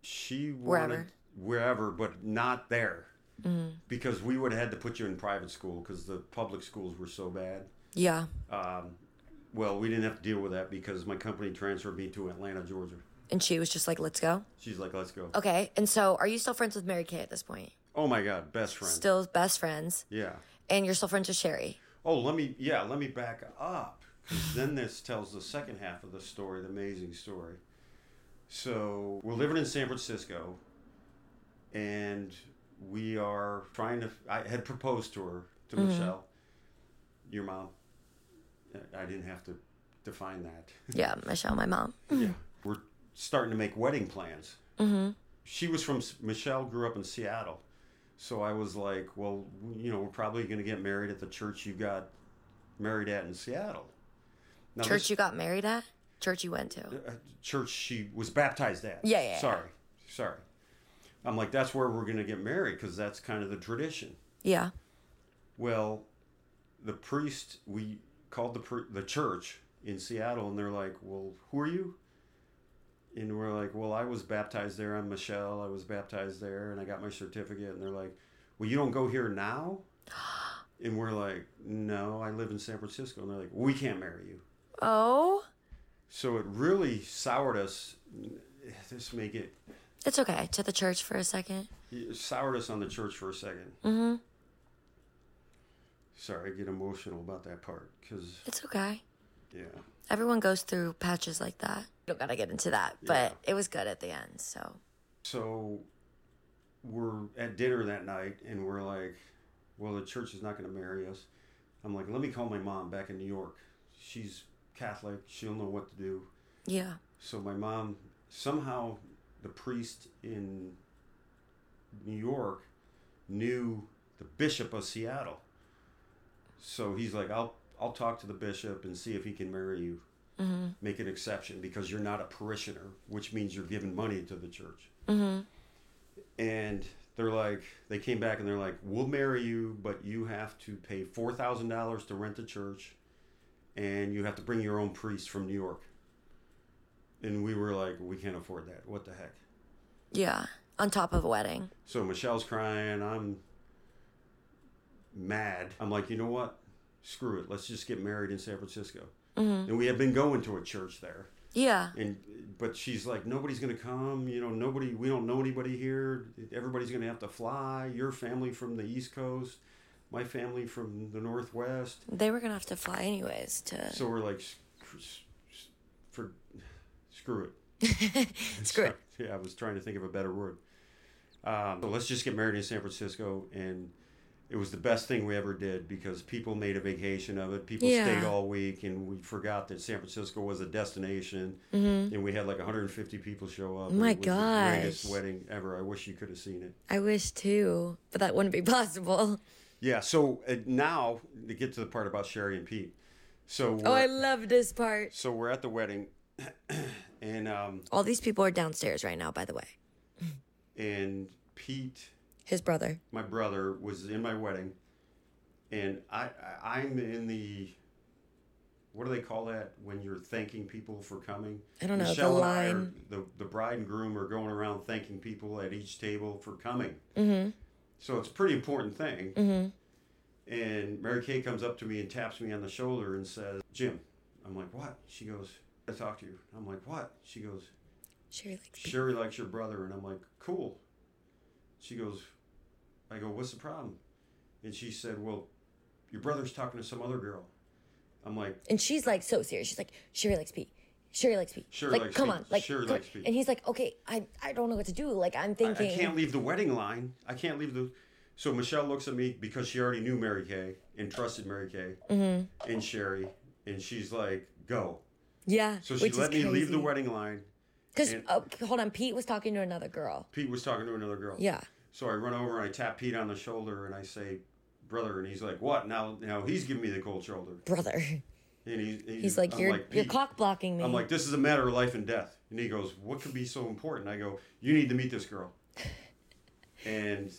She Wherever. Mm-hmm. wanted wherever, but not there, because we would have had to put you in private school because the public schools were so bad. Yeah. Um, well, we didn't have to deal with that because my company transferred me to Atlanta, Georgia. And she was just like, let's go. She's like, "Let's go." Okay. And so are you still friends with Mary Kay at this point? Oh my God, best friend. Still best friends. yeah. And you're still friends with Sherry. Oh, let me yeah, let me back up 'cause then this tells the second half of the story, the amazing story. So we're living in San Francisco, and we are trying to. I had proposed to her to Michelle, your mom. I- I didn't have to define that. Yeah. Michelle, my mom. yeah, Mm-hmm. we're starting to make wedding plans. She was from S- Michelle, grew up in Seattle, so I was like, well, you know, we're probably going to get married at the church you got married at in Seattle. Now, Church this- you got married at? Church you went to? uh, church she was baptized at. Yeah, yeah, yeah. Sorry, sorry. I'm like, that's where we're going to get married because that's kind of the tradition. Yeah. Well, the priest we called the pr- the church in Seattle, and they're like, "Well, who are you?" And we're like, "Well, I was baptized there. I'm Michelle. I was baptized there, and I got my certificate." And they're like, "Well, you don't go here now." And we're like, "No, I live in San Francisco." And they're like, "We can't marry you." Oh, So it really soured us. This may get it's okay. To the church for a second. it soured us on the church for a 2nd Mm-hmm. Sorry, I get emotional about that part because It's okay. yeah. Everyone goes through patches like that. You don't got to get into that, but it was good at the end. So, So we're at dinner that night and we're like, well, the church is not going to marry us. I'm like, let me call my mom back in New York. She's Catholic. She'll know what to do. yeah. So my mom, somehow the priest in New York knew the bishop of Seattle. So he's like, I'll, I'll talk to the bishop and see if he can marry you. Make an exception because you're not a parishioner, which means you're giving money to the church and they're like they came back and they're like we'll marry you but you have to pay $4000 to rent the church and you have to bring your own priest from new york and we were like we can't afford that what the heck Yeah. On top of a wedding. so michelle's crying i'm mad i'm like you know what screw it let's just get married in san francisco and we had been going to a church there Yeah. and but she's like nobody's gonna come you know nobody we don't know anybody here everybody's gonna have to fly your family from the east coast my family from the northwest They were going to have to fly anyways to so we're like "Sc- sc- sc- for screw it screw it. yeah i was trying to think of a better word um, so let's just get married in san francisco and it was the best thing we ever did because people made a vacation of it people Yeah. stayed all week and we forgot that san francisco was a destination and we had like 150 people show up Mm-hmm. and my it was the greatest gosh. wedding ever i wish you could have seen it I wish too, but that wouldn't be possible. yeah so uh, now to get to the part about sherry and pete so we're, Oh, I love this part. so we're at the wedding and um All these people are downstairs right now, by the way. and pete His brother. my brother was in my wedding, and I, I I'm in the what do they call that when you're thanking people for coming? I don't know, the Michelle and I are- line. the the bride and groom are going around thanking people at each table for coming. Mm-hmm. So it's a pretty important thing. Mm-hmm. And Mary Kay comes up to me and taps me on the shoulder and says, "Jim." I'm like, "What?" She goes, "I gotta talk to you." I'm like, "What?" She goes, Sherry likes me. Sherry likes your brother. And I'm like, cool. She goes, I go, what's the problem? And she said, well, your brother's talking to some other girl. I'm like, And she's like so serious. She's like, Sherry likes Pete. Sherry likes Pete. Sherry like, likes come Pete. on. Like, Sherry come- likes Pete. And he's like, okay, I, I don't know what to do. Like, I'm I, I thinking. can't leave the wedding line. I can't leave the. So Michelle looks at me because she already knew Mary Kay and trusted Mary Kay Mm-hmm. and Sherry. And she's like, go. Yeah. So she which is let me leave the crazy. wedding line. Because, oh, and- hold on, Pete was talking to another girl. Pete was talking to another girl. Yeah. So I run over and I tap Pete on the shoulder and I say, brother. And he's like, what? Now, now he's giving me the cold shoulder. Brother. And he's, he's, He's like, I'm you're, you're "Pete," cock blocking me. I'm like, this is a matter of life and death. And he goes, what could be so important? I go, you need to meet this girl. And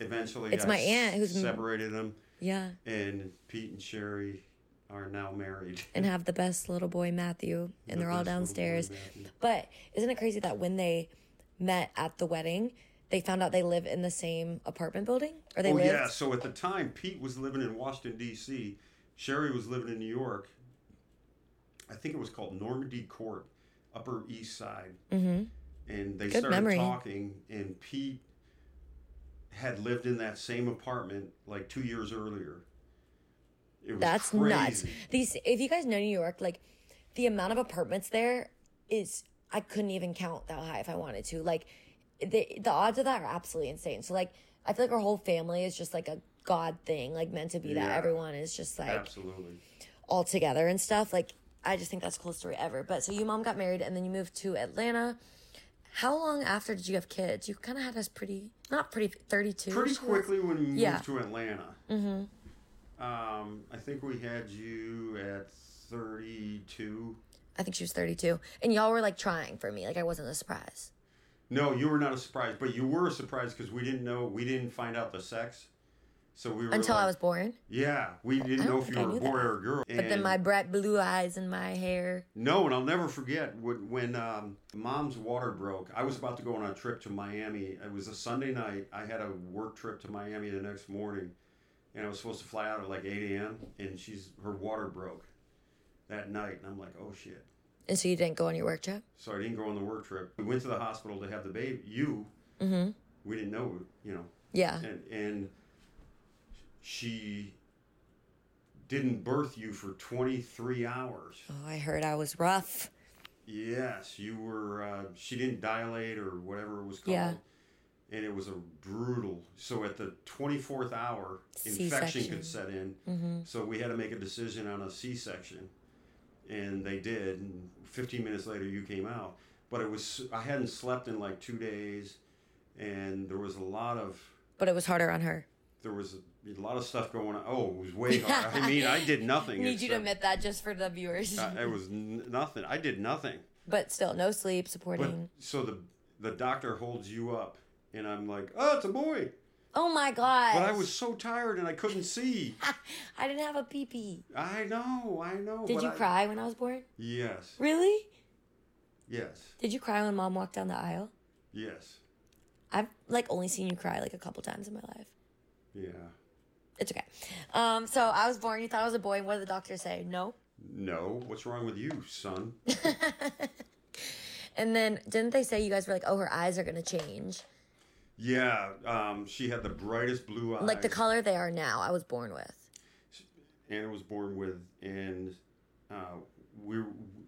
eventually, It's I my aunt who's- separated them, Yeah. and Pete and Sherry are now married. And have the best little boy Matthew, and they're all That's little boy downstairs. Matthew. But isn't it crazy that when they met at the wedding, they found out they live in the same apartment building? Or they Oh lived? yeah. So at the time, Pete was living in Washington D.C. Sherry was living in New York. I think it was called Normandy Court, Upper East Side. Mm-hmm. And they Good started memory. talking, and Pete had lived in that same apartment like two years earlier. It was That's nuts. crazy. These, if you guys know New York, like the amount of apartments there is, I couldn't even count that high if I wanted to. Like the the odds of that are absolutely insane. So like, I feel like our whole family is just like a god thing, like meant to be that Yeah. everyone is just like Absolutely. all together and stuff. Like, I just think that's the coolest story ever. But so you mom got married and then you moved to Atlanta. How long after did you have kids? You kind of had us pretty, not pretty, 32. Pretty quickly when we moved Yeah. to Atlanta. Mm-hmm. Um, I think we had you at 32. I think she was 32. And y'all were like trying for me. Like, I wasn't a surprise. No, you were not a surprise, but you were a surprise because we didn't know we didn't find out the sex. So we were Until I like- was born. yeah, we didn't I know don't if you think I were a knew boy that. or a girl. But then my bright blue eyes and my hair. no, and I'll never forget when, when um, mom's water broke. I was about to go on a trip to Miami. It was a Sunday night. I had a work trip to Miami the next morning, and I was supposed to fly out at like eight a.m. And she's her water broke that night, and I'm like, oh shit. And so you didn't go on your work trip? So I didn't go on the work trip. We went to the hospital to have the baby. You, Mm-hmm. we didn't know, you know, Yeah. and and she didn't birth you for 23 hours Oh, I heard I was rough. yes you were uh, she didn't dilate or whatever it was called Yeah. and it was a brutal so at the 24th hour infection C-section. Mm-hmm. could set in so we had to make a decision on a c-section and they did and 15 minutes later you came out but it was i hadn't slept in like two days and there was a lot of But it was harder on her. there was a lot of stuff going on. Oh, it was way hard. I mean, I uh, did nothing. Need you to except- admit that just for the viewers. I- it was n- nothing. I did nothing. but still, no sleep, But supporting. so the the doctor holds you up, and I'm like, oh, it's a boy. oh my God. But I was so tired and I couldn't see. I didn't have a pee pee. I know, I know. Did but you I- cry when I was born? Yes, Really? yes, Did you cry when mom walked down the aisle? yes, I've like only seen you cry like a couple times in my life. yeah. It's okay. Um, so I was born. You thought I was a boy. And what did the doctor say? No. No, what's wrong with you, son? And then didn't they say you guys were like, oh, her eyes are gonna change, yeah, um, she had the brightest blue eyes. like the color they are now. I was born with. Anna was born with, and uh, we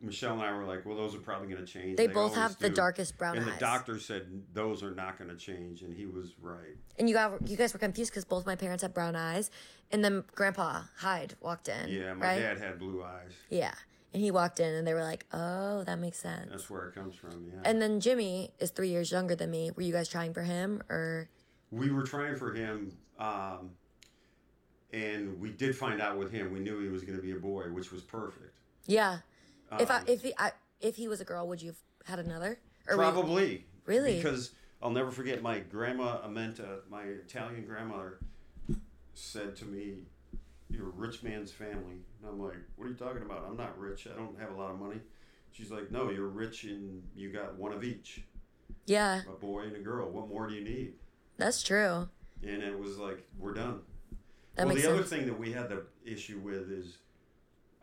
Michelle and I were like, well, those are probably going to change. They both always have the do. darkest brown and eyes. the doctor said those are not going to change, and he was right. And you got you guys were confused because both my parents had brown eyes, and then Grandpa Hyde walked in. Yeah, my right? dad had blue eyes. Yeah, and he walked in, and they were like, oh, that makes sense. That's where it comes from. Yeah, And then Jimmy is three years younger than me. Were you guys trying for him or? we were trying for him, um, and we did find out with him. We knew he was going to be a boy, which was perfect. Yeah. if I Um, if he I, if he was a girl, would you have had another? Or were you- Probably. Really? Because I'll never forget my uh, grandma Amenta, my Italian grandmother, said to me, you're a rich man's family. And I'm like, what are you talking about? I'm not rich. I don't have a lot of money. She's like, no, you're rich and you got one of each, Yeah, a boy and a girl. What more do you need? that's true. And it was like, we're done. That well, makes the other sense. thing that we had the issue with is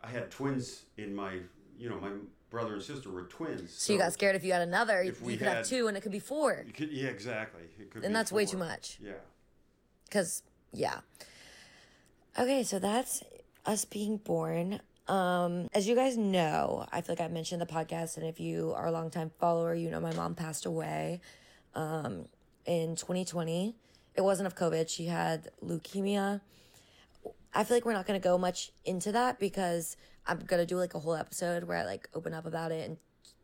I had twins in my, you know, my brother and sister were twins. So you got scared if you had another, you If we could have had- two and it could be four. You could- yeah, exactly. It could And be that's way too four. much. Yeah. Because, yeah. Okay, so that's us being born. Um, as you guys know, I feel like I mentioned the podcast, and if you are a longtime follower, you know my mom passed away um, in 2020. It wasn't of COVID, she had leukemia. I feel like we're not going to go much into that because I'm going to do like a whole episode where I like open up about it and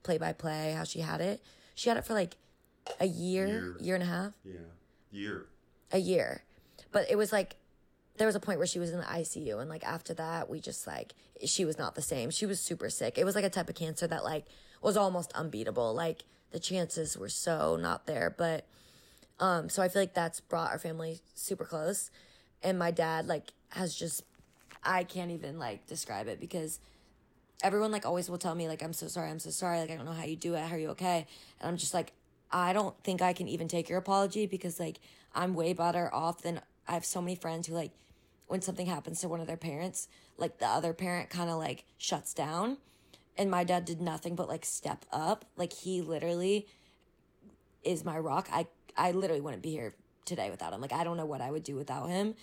play by play how she had it. She had it for like a year, Year. year and a half Yeah. Year. a year. But it was like there was a point where she was in the ICU and like after that we just like she was not the same. She was super sick. It was like a type of cancer that like was almost unbeatable. Like the chances were so not there, but um so I feel like that's brought our family super close and my dad like has just I can't even like describe it because everyone like always will tell me like I'm so sorry, I'm so sorry, like I don't know how you do it, how are you okay? And I'm just like I don't think I can even take your apology because like I'm way better off than I have so many friends who like when something happens to one of their parents, like the other parent kind of like shuts down. And my dad did nothing but like step up. Like he literally is my rock. I I literally wouldn't be here today without him. Like I don't know what I would do without him.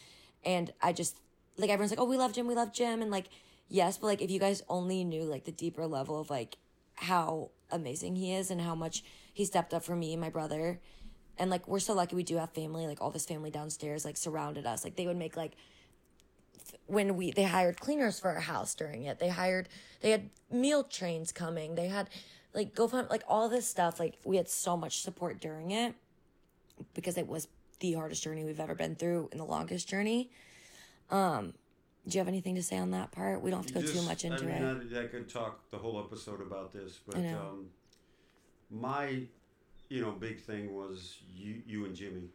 And I just like everyone's like, "Oh, we love Jim. We love Jim." And like, yes, but like if you guys only knew like the deeper level of like how amazing he is and how much he stepped up for me and my brother. And like we're so lucky we do have family. Like all this family downstairs like surrounded us. Like they would make like when we they hired cleaners for our house during it. They hired they had meal trains coming. They had like GoFund like all this stuff. Like we had so much support during it because it was the hardest journey we've ever been through and the longest journey. Um, do you have anything to say on that part? We don't have to go Just- too much into I mean, uh, it. I, I could talk the whole episode about this, but know. um, my, you know, big thing was you, you and Jimmy.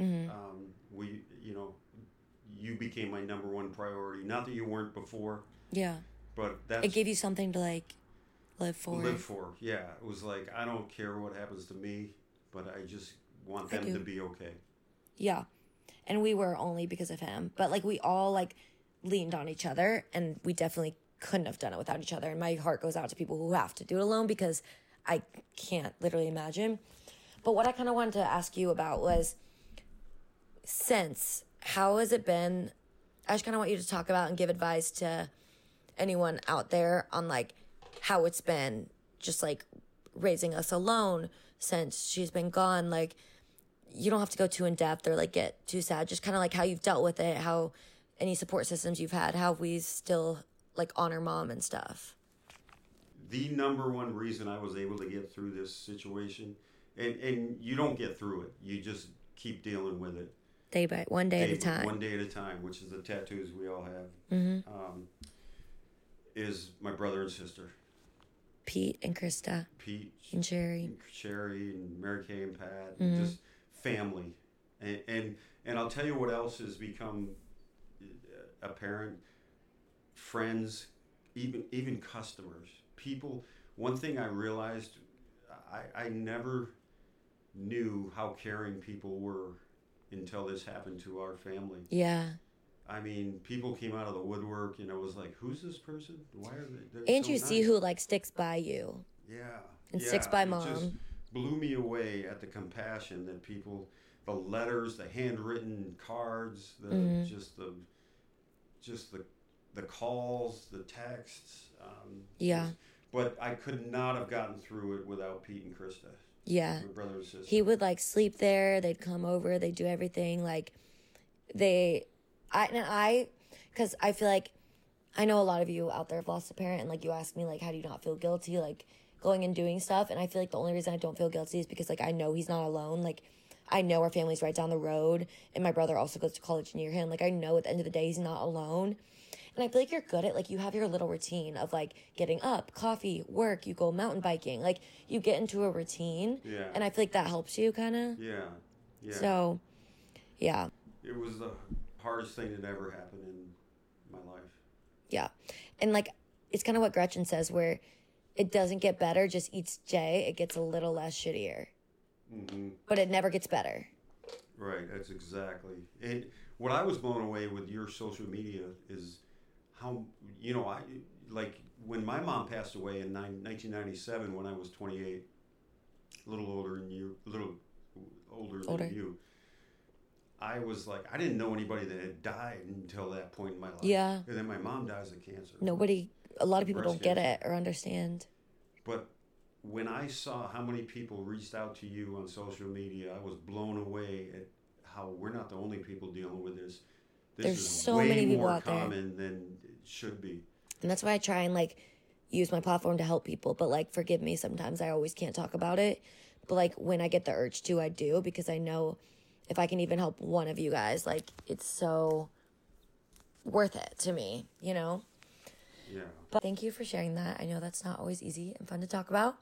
Mm-hmm. Um, we, you know, you became my number one priority. Not that you weren't before, yeah, but that's it gave you something to like live for. live for. Yeah, it was like I don't care what happens to me, but I just want them do. to be okay. Yeah. And we were only because of him. But like we all like leaned on each other and we definitely couldn't have done it without each other. And my heart goes out to people who have to do it alone because I can't literally imagine. But what I kind of wanted to ask you about was since how has it been? I just kind of want you to talk about and give advice to anyone out there on like how it's been just like raising us alone since she's been gone. Like, you don't have to go too in depth or like get too sad. Just kind of like how you've dealt with it, how any support systems you've had, how we still like honor mom and stuff. the number one reason I was able to get through this situation, and and you don't get through it. You just keep dealing with it Day by one day at a day- time. Mm-hmm. one day at a time, which is the tattoos we all have. Um, is my brother and sister, Pete and Krista Pete, and Sherry. and Sherry, and Mary Kay, and Pat, and Mm-hmm. just family. And, and and I'll tell you what else has become uh, apparent: friends, even even customers, people. One thing I realized, I, I never knew how caring people were until this happened to our family. Yeah. I mean, people came out of the woodwork, and it was like, "Who's this person? Why are they?" they're And so you see nice." who like sticks by you. Yeah. And yeah, Six by it just Mom. blew me away at the compassion that people, the letters, the handwritten cards, the Mm-hmm. just the, just the, the calls, the texts. Um, Yeah. just- But I could not have gotten through it without Pete and Krista, Yeah. my brother and sister. he would like sleep there they'd come over they'd do everything like they i and i because i feel like i know a lot of you out there have lost a parent and like you asked me like how do you not feel guilty like going and doing stuff and i feel like the only reason i don't feel guilty is because like i know he's not alone like i know our family's right down the road and my brother also goes to college near him like i know at the end of the day he's not alone and I feel like you're good at like you have your little routine of like getting up, coffee, work, you go mountain biking. Like you get into a routine. Yeah. And I feel like that helps you kind of. yeah. Yeah. So, yeah. it was the hardest thing that ever happened, and my life. Yeah. And like it's kind of what Gretchen says where it doesn't get better just each day it gets a little less shittier. Mm-hmm. But it never gets better. Right, that's exactly. And what I was blown away with your social media is how you know I like when my mom passed away in nine- 1997 when I was 28, a little older than you, a little older, Older. than you. I was like, I didn't know anybody that had died until that point in my life. Yeah. And then my mom dies of cancer. Nobody a lot of people don't Breast get it cancer. or understand. But when I saw how many people reached out to you on social media, I was blown away at how we're not the only people dealing with this. This There's is so way many people more out there. common than it should be. And that's why I try and like use my platform to help people. But like, forgive me, sometimes I always can't talk about it. But like, when I get the urge to, I do because I know if I can even help one of you guys, like, it's so worth it to me, you know? Yeah. But thank you for sharing that. I know that's not always easy and fun to talk about.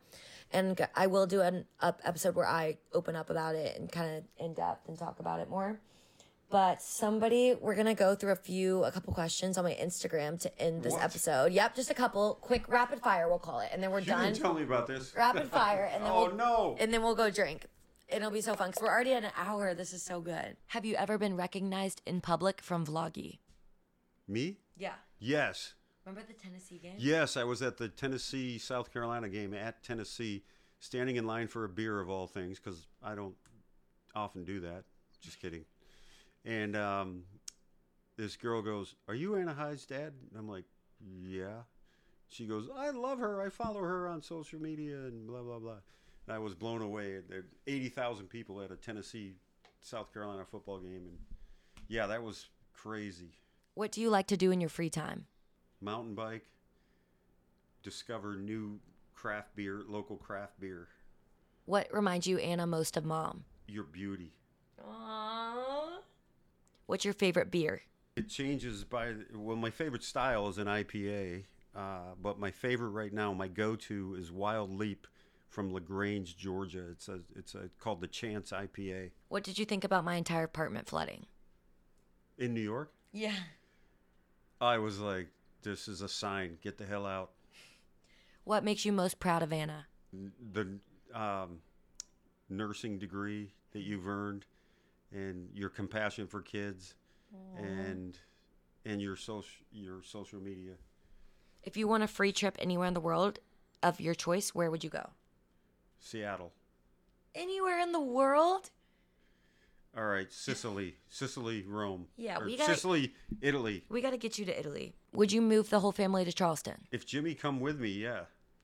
And g- I will do an up episode where I open up about it and kind of in depth and talk about it more. But somebody, we're gonna go through a few, a couple questions on my Instagram to end this What? episode. Yep, just a couple, quick rapid fire, we'll call it, and then we're You done. didn't tell me about this. rapid fire, and then oh we'll, no. and then we'll go drink. It'll be so fun because we're already at an hour. This is so good. Have you ever been recognized in public from Vloggy? me? Yeah. Yes. Remember the Tennessee game? Yes, I was at the Tennessee South Carolina game at Tennessee, standing in line for a beer of all things because I don't often do that. Just kidding. And um, this girl goes, "Are you Anna Hyde's dad?" And I'm like, "Yeah." She goes, "I love her. I follow her on social media and blah blah blah." And I was blown away. There eighty thousand people at a Tennessee South Carolina football game, and yeah, that was crazy What do you like to do in your free time? mountain bike, discover new craft beer, local craft beer, What reminds you Anna most of mom? your beauty. Aww. What's your favorite beer? It changes by well, my favorite style is an IPA, uh, but my favorite right now, my go-to is Wild Leap from Lagrange, Georgia. It's a it's a, called the Chance IPA What did you think about my entire apartment flooding? in New York. Yeah. I was like, this is a sign. Get the hell out. What makes you most proud of Anna? the um, nursing degree that you've earned and your compassion for kids Mm-hmm. and and your social your social media If you want a free trip anywhere in the world of your choice, where would you go? Seattle Anywhere in the world? all right Sicily Sicily Rome Yeah, Or we gotta- Sicily Italy We got to get you to Italy. Would you move the whole family to Charleston? if Jimmy come with me yeah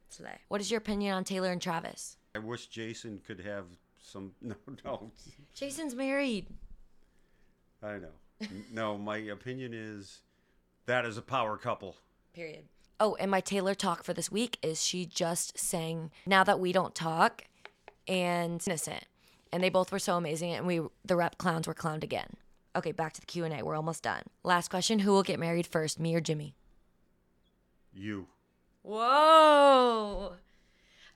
Slay. What is your opinion on Taylor and Travis? I wish Jason could have some no no Jason's married. I know no my opinion is that is a power couple Period. Oh, and my Taylor talk for this week is she just sang Now That We Don't Talk and Innocent. And they both were so amazing and we the rep clowns were clowned again. Okay, back to the Q&A. We're almost done. Last question, who will get married first, me or Jimmy? you Whoa.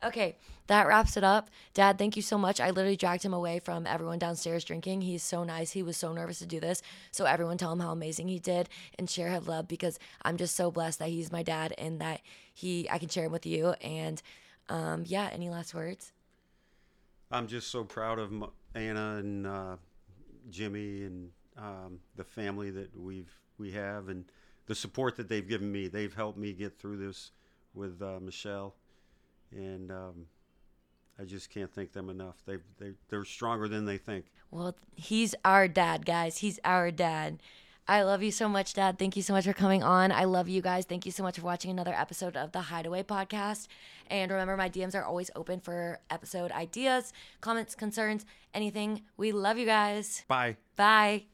Okay, that wraps it up. Dad, thank you so much. I literally dragged him away from everyone downstairs drinking. He's so nice. He was so nervous to do this. So, everyone tell him how amazing he did and share his love because I'm just so blessed that he's my dad and that he I can share him with you. And um, yeah, any last words? I'm just so proud of m- Anna and uh, Jimmy and um, the family that we've we have and the support that they've given me. They've helped me get through this with uh, Michelle, and um, I just can't thank them enough. They they they're stronger than they think. Well, he's our dad, guys. He's our dad. I love you so much, Dad. Thank you so much for coming on. I love you guys. Thank you so much for watching another episode of the Hideaway Podcast. And remember, my DMs are always open for episode ideas, comments, concerns, anything. We love you guys. Bye. Bye.